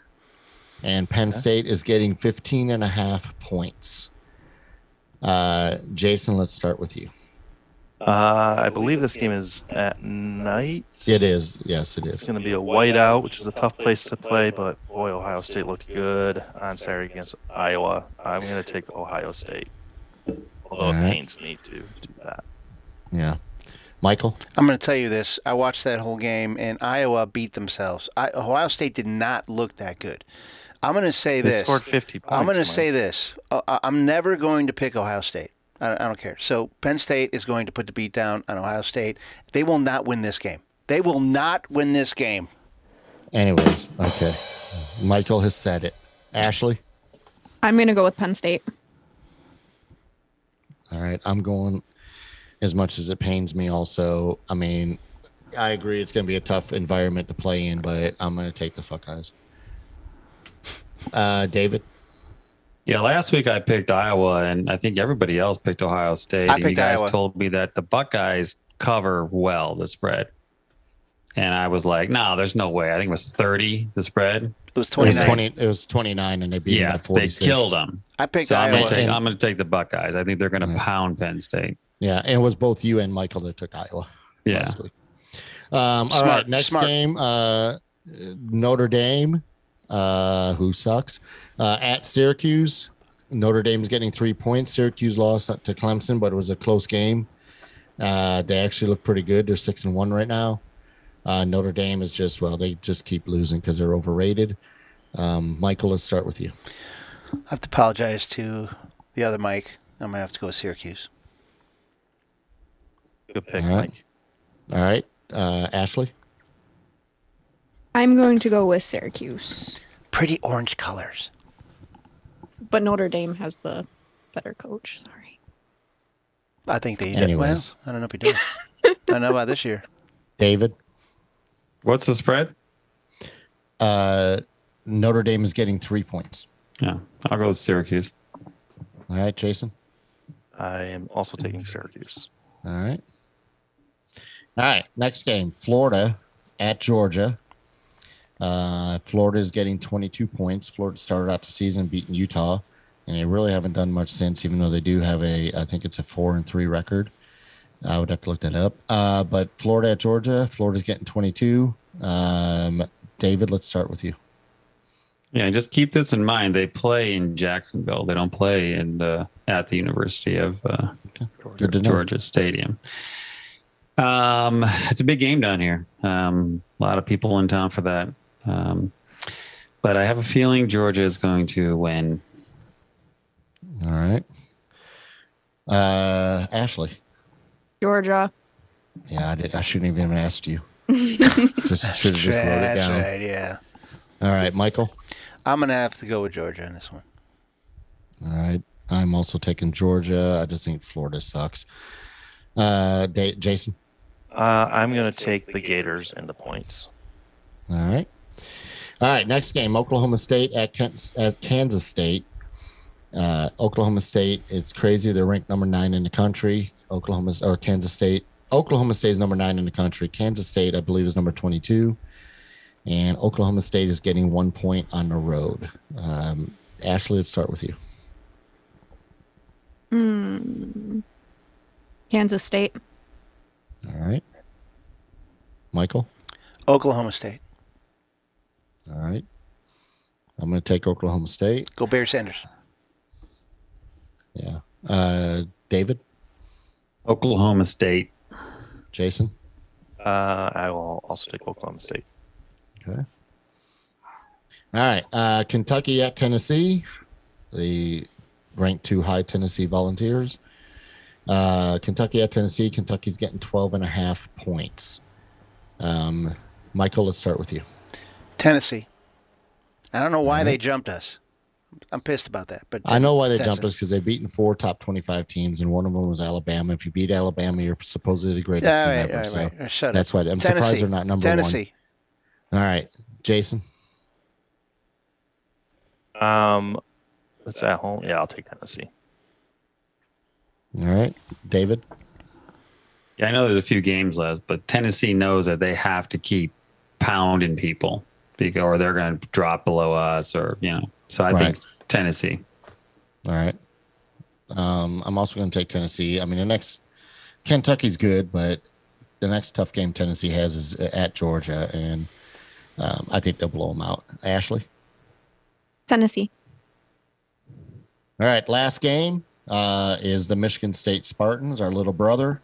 [SPEAKER 1] and Penn State is getting 15 and a half points. Uh, Jason, let's start with you.
[SPEAKER 3] Uh, I believe this game is at night.
[SPEAKER 1] It is, yes, it
[SPEAKER 3] It's
[SPEAKER 1] is.
[SPEAKER 3] going to be a whiteout, which is a tough place to play, but boy, Ohio State looked good on Saturday against Iowa. I'm going to take Ohio State, although
[SPEAKER 1] Alright.
[SPEAKER 3] it pains me to do that.
[SPEAKER 1] Yeah, Michael.
[SPEAKER 2] I'm going to tell you this. I watched that whole game, and Iowa beat themselves. I, Ohio State did not look that good. I'm going to say
[SPEAKER 3] They
[SPEAKER 2] this.
[SPEAKER 3] scored 50 points.
[SPEAKER 2] I'm going to
[SPEAKER 3] Mike.
[SPEAKER 2] say this. Uh, I- I'm never going to pick Ohio State. I don't, I don't care. So Penn State is going to put the beat down on Ohio State. They will not win this game. They will not win this game.
[SPEAKER 1] Anyways, okay. Michael has said it. Ashley.
[SPEAKER 5] I'm gonna go with Penn State.
[SPEAKER 1] All right. I'm going as much as it pains me, also. I mean, I agree it's going to be a tough environment to play in, but I'm going to take the fuck eyes. Uh, David,
[SPEAKER 4] yeah, last week I picked Iowa, and I think everybody else picked Ohio State.
[SPEAKER 2] I
[SPEAKER 4] and you
[SPEAKER 2] picked
[SPEAKER 4] guys
[SPEAKER 2] Iowa.
[SPEAKER 4] told me that the Buckeyes cover well the spread. And I was like, no, there's no way. I think it was 30, the spread.
[SPEAKER 2] It was
[SPEAKER 1] it was
[SPEAKER 2] 29.
[SPEAKER 1] 20. It was 29, and they beat him
[SPEAKER 4] yeah,
[SPEAKER 1] by
[SPEAKER 4] they
[SPEAKER 1] 46.
[SPEAKER 4] killed them.
[SPEAKER 2] I picked
[SPEAKER 4] So I'm
[SPEAKER 2] Iowa.
[SPEAKER 4] going to take, I'm gonna take the Buckeyes. I think they're going to
[SPEAKER 1] Yeah.
[SPEAKER 4] pound Penn State.
[SPEAKER 1] Yeah, and it was both you and Michael that took Iowa
[SPEAKER 4] Yeah.
[SPEAKER 1] last week. Um, all
[SPEAKER 2] Smart,
[SPEAKER 1] right, next
[SPEAKER 2] smart.
[SPEAKER 1] game, uh, Notre Dame, uh, who sucks, uh, at Syracuse. Notre Dame's getting three points. Syracuse lost to Clemson, but it was a close game. Uh, they actually look pretty good. They're six and one right now. Uh, Notre Dame is just well, they just keep losing because they're overrated. Um, Michael, let's start with you.
[SPEAKER 2] I have to apologize to the other Mike. I'm gonna have to go with Syracuse.
[SPEAKER 3] Good pick,
[SPEAKER 1] All right.
[SPEAKER 3] Mike.
[SPEAKER 1] All right, uh, Ashley.
[SPEAKER 5] I'm going to go with Syracuse,
[SPEAKER 2] Pretty orange colors.
[SPEAKER 5] but Notre Dame has the better coach. Sorry.
[SPEAKER 2] I think they.
[SPEAKER 1] Anyways.
[SPEAKER 2] Well, I don't know if he does. I don't know about this year.
[SPEAKER 1] David.
[SPEAKER 4] What's the spread?
[SPEAKER 1] Uh, Notre Dame is getting three points.
[SPEAKER 4] Yeah, I'll go with Syracuse.
[SPEAKER 1] All right, Jason.
[SPEAKER 3] I am also taking Syracuse.
[SPEAKER 1] All right. All right. Next game Florida at Georgia. Uh, Florida is getting 22 points. Florida started out the season beating Utah, and they really haven't done much since, even though they do have a, I think it's a four and three record. I would have to look that up. Uh, but Florida at Georgia, Florida's getting 22. Um, David, let's start with you.
[SPEAKER 4] Yeah, and just keep this in mind. They play in Jacksonville. They don't play in the at the University of uh,
[SPEAKER 1] Good to know.
[SPEAKER 4] Georgia Stadium. Um, it's a big game down here. Um, a lot of people in town for that. Um, but I have a feeling Georgia is going to win.
[SPEAKER 1] All right. Uh, Ashley.
[SPEAKER 5] Georgia.
[SPEAKER 1] Yeah, I did. I shouldn't even have asked you. just should have just wrote it
[SPEAKER 2] That's
[SPEAKER 1] down.
[SPEAKER 2] right. Yeah.
[SPEAKER 1] All right, Michael.
[SPEAKER 2] I'm gonna have to go with Georgia on this one.
[SPEAKER 1] All right. I'm also taking Georgia. I just think Florida sucks. Uh, da- Jason.
[SPEAKER 3] Uh, I'm going to take the Gators and the points.
[SPEAKER 1] All right. All right. Next game Oklahoma State at, Kent, at Kansas State. Uh, Oklahoma State, it's crazy. They're ranked number nine in the country. Oklahoma's or Kansas State. Oklahoma State is number nine in the country. Kansas State, I believe, is number 22. And Oklahoma State is getting one point on the road. Um, Ashley, let's start with you.
[SPEAKER 5] Hmm. Kansas State.
[SPEAKER 1] All right. Michael.
[SPEAKER 2] Oklahoma State.
[SPEAKER 1] All right. I'm going to take Oklahoma State.
[SPEAKER 2] Go Barry Sanders.
[SPEAKER 1] Yeah. Uh, David,
[SPEAKER 4] Oklahoma State.
[SPEAKER 1] Jason.
[SPEAKER 3] Uh, I will also take Oklahoma State.
[SPEAKER 1] All right. Uh, Kentucky at Tennessee. The ranked two high Tennessee volunteers. Uh, Kentucky at Tennessee. Kentucky's getting 12 and a half points. Um, Michael, let's start with you.
[SPEAKER 2] Tennessee. I don't know why they jumped us. I'm pissed about that. But
[SPEAKER 1] Mm-hmm. I know why they
[SPEAKER 2] Tennessee.
[SPEAKER 1] jumped us because they've beaten four top 25 teams, and one of them was Alabama. If you beat Alabama, you're supposedly the
[SPEAKER 2] Yeah,
[SPEAKER 1] greatest
[SPEAKER 2] all
[SPEAKER 1] team
[SPEAKER 2] right,
[SPEAKER 1] ever.
[SPEAKER 2] all
[SPEAKER 1] so
[SPEAKER 2] right, all right. Shut
[SPEAKER 1] that's
[SPEAKER 2] up.
[SPEAKER 1] why I'm
[SPEAKER 2] Tennessee.
[SPEAKER 1] surprised they're not number
[SPEAKER 2] Tennessee.
[SPEAKER 1] one. All right. Jason.
[SPEAKER 3] Um, it's at home. Yeah, I'll take Tennessee.
[SPEAKER 1] All right. David.
[SPEAKER 4] Yeah, I know there's a few games left, but Tennessee knows that they have to keep pounding people because, or they're going to drop below us, or you know. So I
[SPEAKER 1] Right.
[SPEAKER 4] think Tennessee.
[SPEAKER 1] All right. Um, I'm also going to take Tennessee. I mean, the next Kentucky's good, but the next tough game Tennessee has is at Georgia, and um, I think they'll blow them out. Ashley.
[SPEAKER 5] Tennessee.
[SPEAKER 1] All right. Last game uh, is the Michigan State Spartans, our little brother,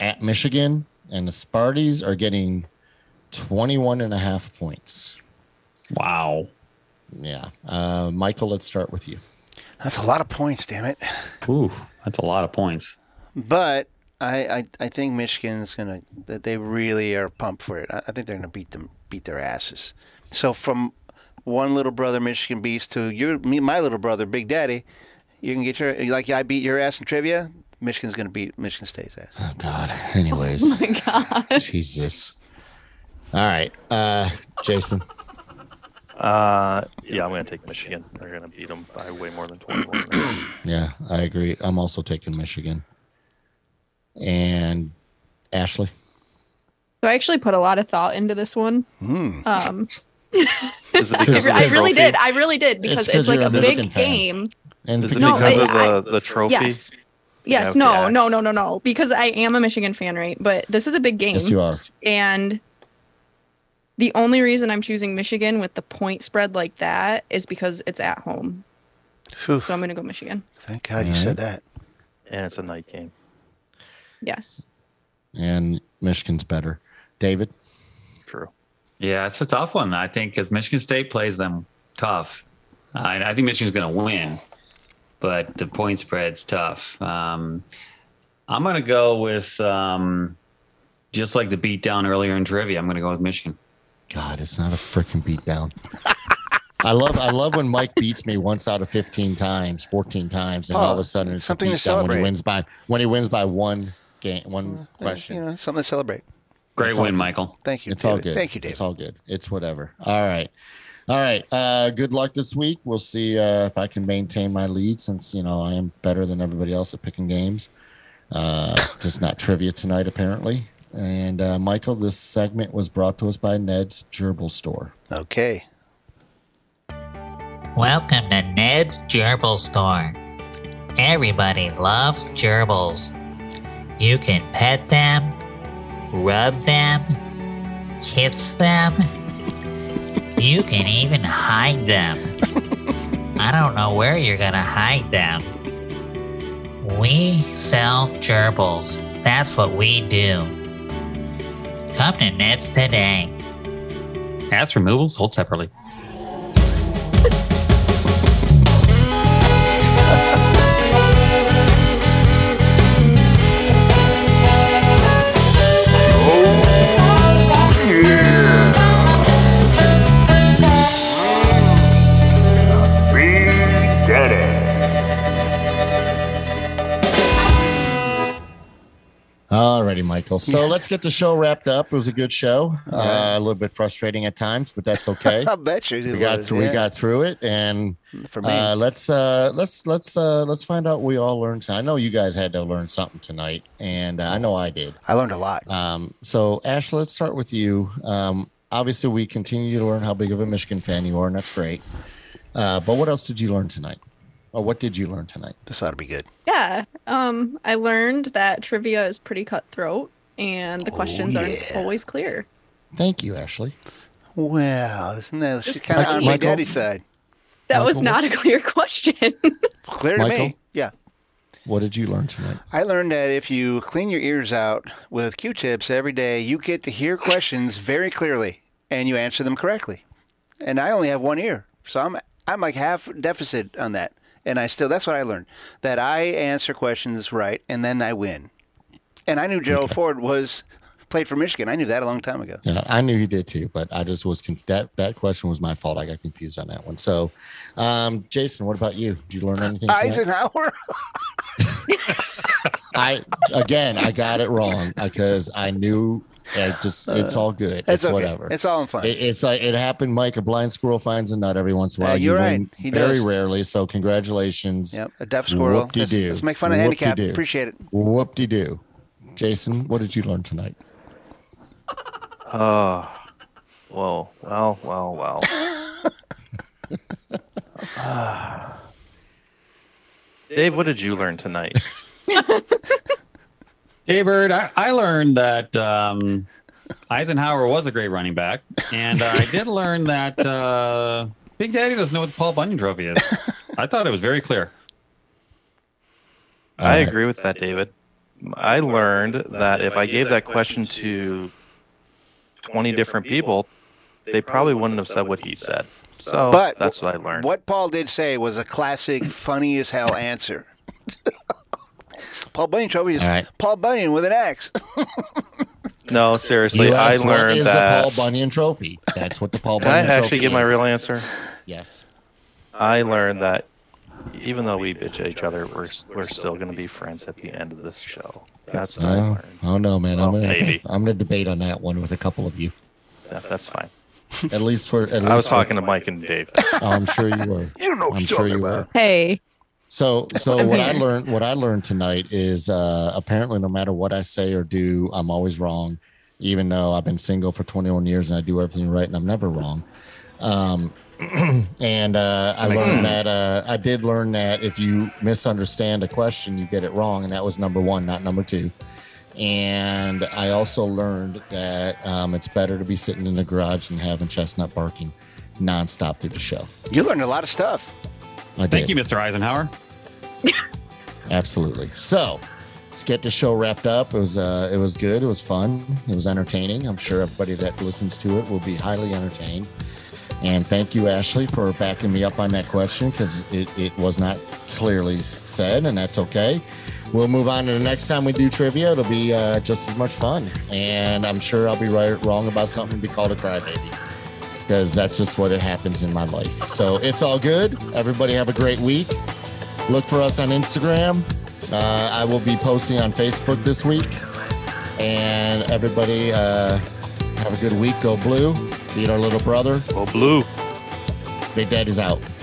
[SPEAKER 1] at Michigan, and the Sparties are getting 21 and a half points.
[SPEAKER 4] Wow.
[SPEAKER 1] Yeah. Uh, Michael, let's start with you.
[SPEAKER 2] That's a lot of points, damn it.
[SPEAKER 4] Ooh, that's a lot of points.
[SPEAKER 2] But I, I, I think Michigan's gonna. that They really are pumped for it. I, I think they're gonna beat them, beat their asses. So from one little brother Michigan Beast to your, me, my little brother Big Daddy, you can get your like I beat your ass in trivia. Michigan's gonna beat Michigan State's ass.
[SPEAKER 1] Oh, God. Anyways,
[SPEAKER 5] Oh my God.
[SPEAKER 1] Jesus. All right. Uh, Jason.
[SPEAKER 3] Uh, yeah, I'm going to take Michigan. They're going to beat them by way more than 21.
[SPEAKER 1] Yeah, I agree. I'm also taking Michigan. And Ashley.
[SPEAKER 5] So I actually put a lot of thought into this one.
[SPEAKER 2] Hmm.
[SPEAKER 5] Um,
[SPEAKER 3] Is it
[SPEAKER 5] I,
[SPEAKER 3] because of
[SPEAKER 5] re- I
[SPEAKER 3] the
[SPEAKER 5] really
[SPEAKER 3] trophy?
[SPEAKER 5] did. I really did because
[SPEAKER 1] It's 'cause
[SPEAKER 5] it's like
[SPEAKER 1] you're a
[SPEAKER 5] a,
[SPEAKER 1] Michigan
[SPEAKER 5] big
[SPEAKER 1] fan.
[SPEAKER 5] game.
[SPEAKER 1] And
[SPEAKER 3] Is it
[SPEAKER 5] No,
[SPEAKER 3] because
[SPEAKER 5] I-
[SPEAKER 3] of
[SPEAKER 5] I-
[SPEAKER 3] the, the trophy?
[SPEAKER 5] Yes. Yes.
[SPEAKER 3] okay,
[SPEAKER 5] No. No.
[SPEAKER 3] I-
[SPEAKER 5] No. No. No. Because I am a Michigan fan, right? But this is a big game.
[SPEAKER 1] yes, you are.
[SPEAKER 5] And the only reason I'm choosing Michigan with the point spread like that is because it's at home.
[SPEAKER 2] Phew,
[SPEAKER 5] So I'm going to go Michigan.
[SPEAKER 2] thank God you said that.
[SPEAKER 3] And it's a night game.
[SPEAKER 5] Yes.
[SPEAKER 1] And Michigan's better. David.
[SPEAKER 3] True.
[SPEAKER 4] Yeah, it's a tough one. I think because Michigan State plays them tough. Uh, and I think Michigan's going to win, but the point spread's tough. Um, I'm going to go with um, just like the beatdown earlier in trivia. I'm going to go with Michigan.
[SPEAKER 1] God, it's not a freaking beatdown. I love I love when Mike beats me once out of 15 times, 14 times, and all of
[SPEAKER 3] Oh,
[SPEAKER 2] Paul,
[SPEAKER 1] a sudden it's
[SPEAKER 2] something
[SPEAKER 1] a beatdown
[SPEAKER 2] to
[SPEAKER 1] when he
[SPEAKER 2] celebrate.
[SPEAKER 1] wins by when he wins by one game, one question.
[SPEAKER 2] You know, something to celebrate.
[SPEAKER 4] Great
[SPEAKER 1] It's all
[SPEAKER 4] win,
[SPEAKER 1] good.
[SPEAKER 4] Michael.
[SPEAKER 2] Thank you.
[SPEAKER 1] It's
[SPEAKER 2] David.
[SPEAKER 1] all good.
[SPEAKER 2] Thank you, David.
[SPEAKER 1] It's all good. It's whatever. All right. All right. Uh, good luck this week. We'll see uh, if I can maintain my lead since, you know, I am better than everybody else at picking games. Uh, just not trivia tonight, apparently. And uh, Michael, this segment was brought to us by Ned's Gerbil Store.
[SPEAKER 2] Okay.
[SPEAKER 8] Welcome to Ned's Gerbil Store. Everybody loves gerbils. You can pet them, rub them, kiss them. You can even hide them. I don't know where you're going to hide them. We sell gerbils. That's what we do. Come to Ned's today.
[SPEAKER 4] Ass removals sold separately.
[SPEAKER 1] Alrighty, Michael. So let's get the show wrapped up. It was a good show. Uh, a little bit frustrating at times, but that's okay.
[SPEAKER 2] I bet you it
[SPEAKER 1] we got
[SPEAKER 2] was,
[SPEAKER 1] through, we
[SPEAKER 2] yeah.
[SPEAKER 1] got through it, and
[SPEAKER 2] for me.
[SPEAKER 1] uh, let's uh, let's let's uh, let's find out what we all learned. Tonight. I know you guys had to learn something tonight, and uh, I know I did.
[SPEAKER 2] I learned a lot.
[SPEAKER 1] Um, so, Ash, let's start with you. Um, obviously, we continue to learn how big of a Michigan fan you are, and that's great. Uh, but what else did you learn tonight? Or what did you learn tonight?
[SPEAKER 2] This ought to be good.
[SPEAKER 5] Yeah. Um, I learned that trivia is pretty cutthroat and the
[SPEAKER 2] Oh,
[SPEAKER 5] questions aren't
[SPEAKER 2] yeah.
[SPEAKER 5] always clear.
[SPEAKER 1] Thank you, Ashley.
[SPEAKER 2] Well, isn't that she's
[SPEAKER 5] Just
[SPEAKER 2] kind of
[SPEAKER 5] Michael-
[SPEAKER 2] on my
[SPEAKER 1] Michael?
[SPEAKER 2] daddy's side?
[SPEAKER 5] That was
[SPEAKER 1] Michael?
[SPEAKER 5] not a clear question.
[SPEAKER 2] Clear to me.
[SPEAKER 1] Michael?
[SPEAKER 2] Yeah.
[SPEAKER 1] What did you learn tonight?
[SPEAKER 2] I learned that if you clean your ears out with Q-tips every day, you get to hear questions very clearly and you answer them correctly. And I only have one ear, so I'm I'm like half deficit on that. And I still that's what I learned that I answer questions right and then I win. And I knew Gerald Ford was played for Michigan. I knew that a long time ago.
[SPEAKER 1] Yeah, I knew he did too, but I just was conf- that that question was my fault. I got confused on that one. So, um, Jason, what about you? Did you learn anything? tonight?
[SPEAKER 2] Eisenhower.
[SPEAKER 1] I again, I got it wrong because I knew. I just it's all good.
[SPEAKER 2] It's
[SPEAKER 1] It's
[SPEAKER 2] okay.
[SPEAKER 1] whatever.
[SPEAKER 2] It's all in fun.
[SPEAKER 1] It, it's like it happened, Mike. A blind squirrel finds a nut every once in a
[SPEAKER 2] Yeah,
[SPEAKER 1] while.
[SPEAKER 2] you're
[SPEAKER 1] You
[SPEAKER 2] right.
[SPEAKER 1] win
[SPEAKER 2] He
[SPEAKER 1] very
[SPEAKER 2] does.
[SPEAKER 1] rarely. So congratulations.
[SPEAKER 2] yep, a deaf squirrel. Let's,
[SPEAKER 1] Whoop-de-doo.
[SPEAKER 2] let's make fun of handicap.
[SPEAKER 1] Whoop-de-doo.
[SPEAKER 2] Appreciate it.
[SPEAKER 1] Whoop de doo. Jason, what did you learn tonight?
[SPEAKER 3] Oh, whoa. Well, well, well. Ah. Dave, what did you learn tonight?
[SPEAKER 4] Jaybird, I, I learned that um, Eisenhower was a great running back, and uh, I did learn that uh, Big Daddy doesn't know what the Paul Bunyan Trophy is. I thought it was very clear.
[SPEAKER 3] I
[SPEAKER 1] All right.
[SPEAKER 3] agree with that, David. I learned that if I gave that question to 20 different people, they probably wouldn't have said what he said. So
[SPEAKER 2] But
[SPEAKER 3] that's what I learned.
[SPEAKER 2] What Paul did say was a classic, funny as hell answer. Paul Bunyan trophy is
[SPEAKER 1] All right.
[SPEAKER 2] Paul Bunyan with an axe.
[SPEAKER 3] No, seriously,
[SPEAKER 1] You
[SPEAKER 3] I
[SPEAKER 1] asked, what
[SPEAKER 3] learned
[SPEAKER 1] is
[SPEAKER 3] that.
[SPEAKER 1] the Paul Bunyan Trophy. That's what the Paul
[SPEAKER 3] Can I
[SPEAKER 1] Bunyan Trophy.
[SPEAKER 3] actually give my
[SPEAKER 1] is.
[SPEAKER 3] real answer?
[SPEAKER 1] Yes.
[SPEAKER 3] I learned that even though we bitch at each other, we're we're still going to be friends at the end of this show. That's what I
[SPEAKER 1] Oh, No,
[SPEAKER 3] learned. Oh,
[SPEAKER 1] I don't know, man. I'm
[SPEAKER 3] Well,
[SPEAKER 1] gonna
[SPEAKER 3] maybe.
[SPEAKER 1] I'm gonna debate on that one with a couple of you.
[SPEAKER 3] That- that's fine.
[SPEAKER 1] At least for at least
[SPEAKER 3] I was
[SPEAKER 1] for-
[SPEAKER 3] talking to Mike and Dave.
[SPEAKER 1] Oh, I'm sure you were.
[SPEAKER 2] You know what
[SPEAKER 1] I'm
[SPEAKER 2] you're
[SPEAKER 1] sure
[SPEAKER 2] talking
[SPEAKER 1] you
[SPEAKER 2] about.
[SPEAKER 1] were.
[SPEAKER 5] hey.
[SPEAKER 1] So, so
[SPEAKER 5] I'm
[SPEAKER 1] what I
[SPEAKER 5] here.
[SPEAKER 1] learned, what I learned tonight is uh, apparently no matter what I say or do, I'm always wrong, even though I've been single for 21 years and I do everything right and I'm never wrong. Um, and uh, I learned that uh, I did learn that if you misunderstand a question, you get it wrong, and that was number one, not number two. And I also learned that um, it's better to be sitting in the garage and having chestnut barking nonstop through the show.
[SPEAKER 2] You learned a lot of stuff.
[SPEAKER 1] I
[SPEAKER 4] Thank
[SPEAKER 1] did.
[SPEAKER 4] you, Mr. Eisenhower.
[SPEAKER 1] Absolutely. So let's get the show wrapped up. It was uh, it was good. It was fun. It was entertaining. I'm sure everybody that listens to it will be highly entertained. And thank you, Ashley, for backing me up on that question because it, it was not clearly said, and that's okay. We'll move on to the next time we do trivia. It'll be uh, just as much fun. And I'm sure I'll be right wrong about something and be called a crybaby because that's just what it happens in my life. So it's all good. Everybody have a great week look for us on Instagram. Uh, I will be posting on Facebook this week. And everybody, uh, have a good week. Go blue. Beat our little brother.
[SPEAKER 3] Well, blue.
[SPEAKER 1] Big Daddy's out.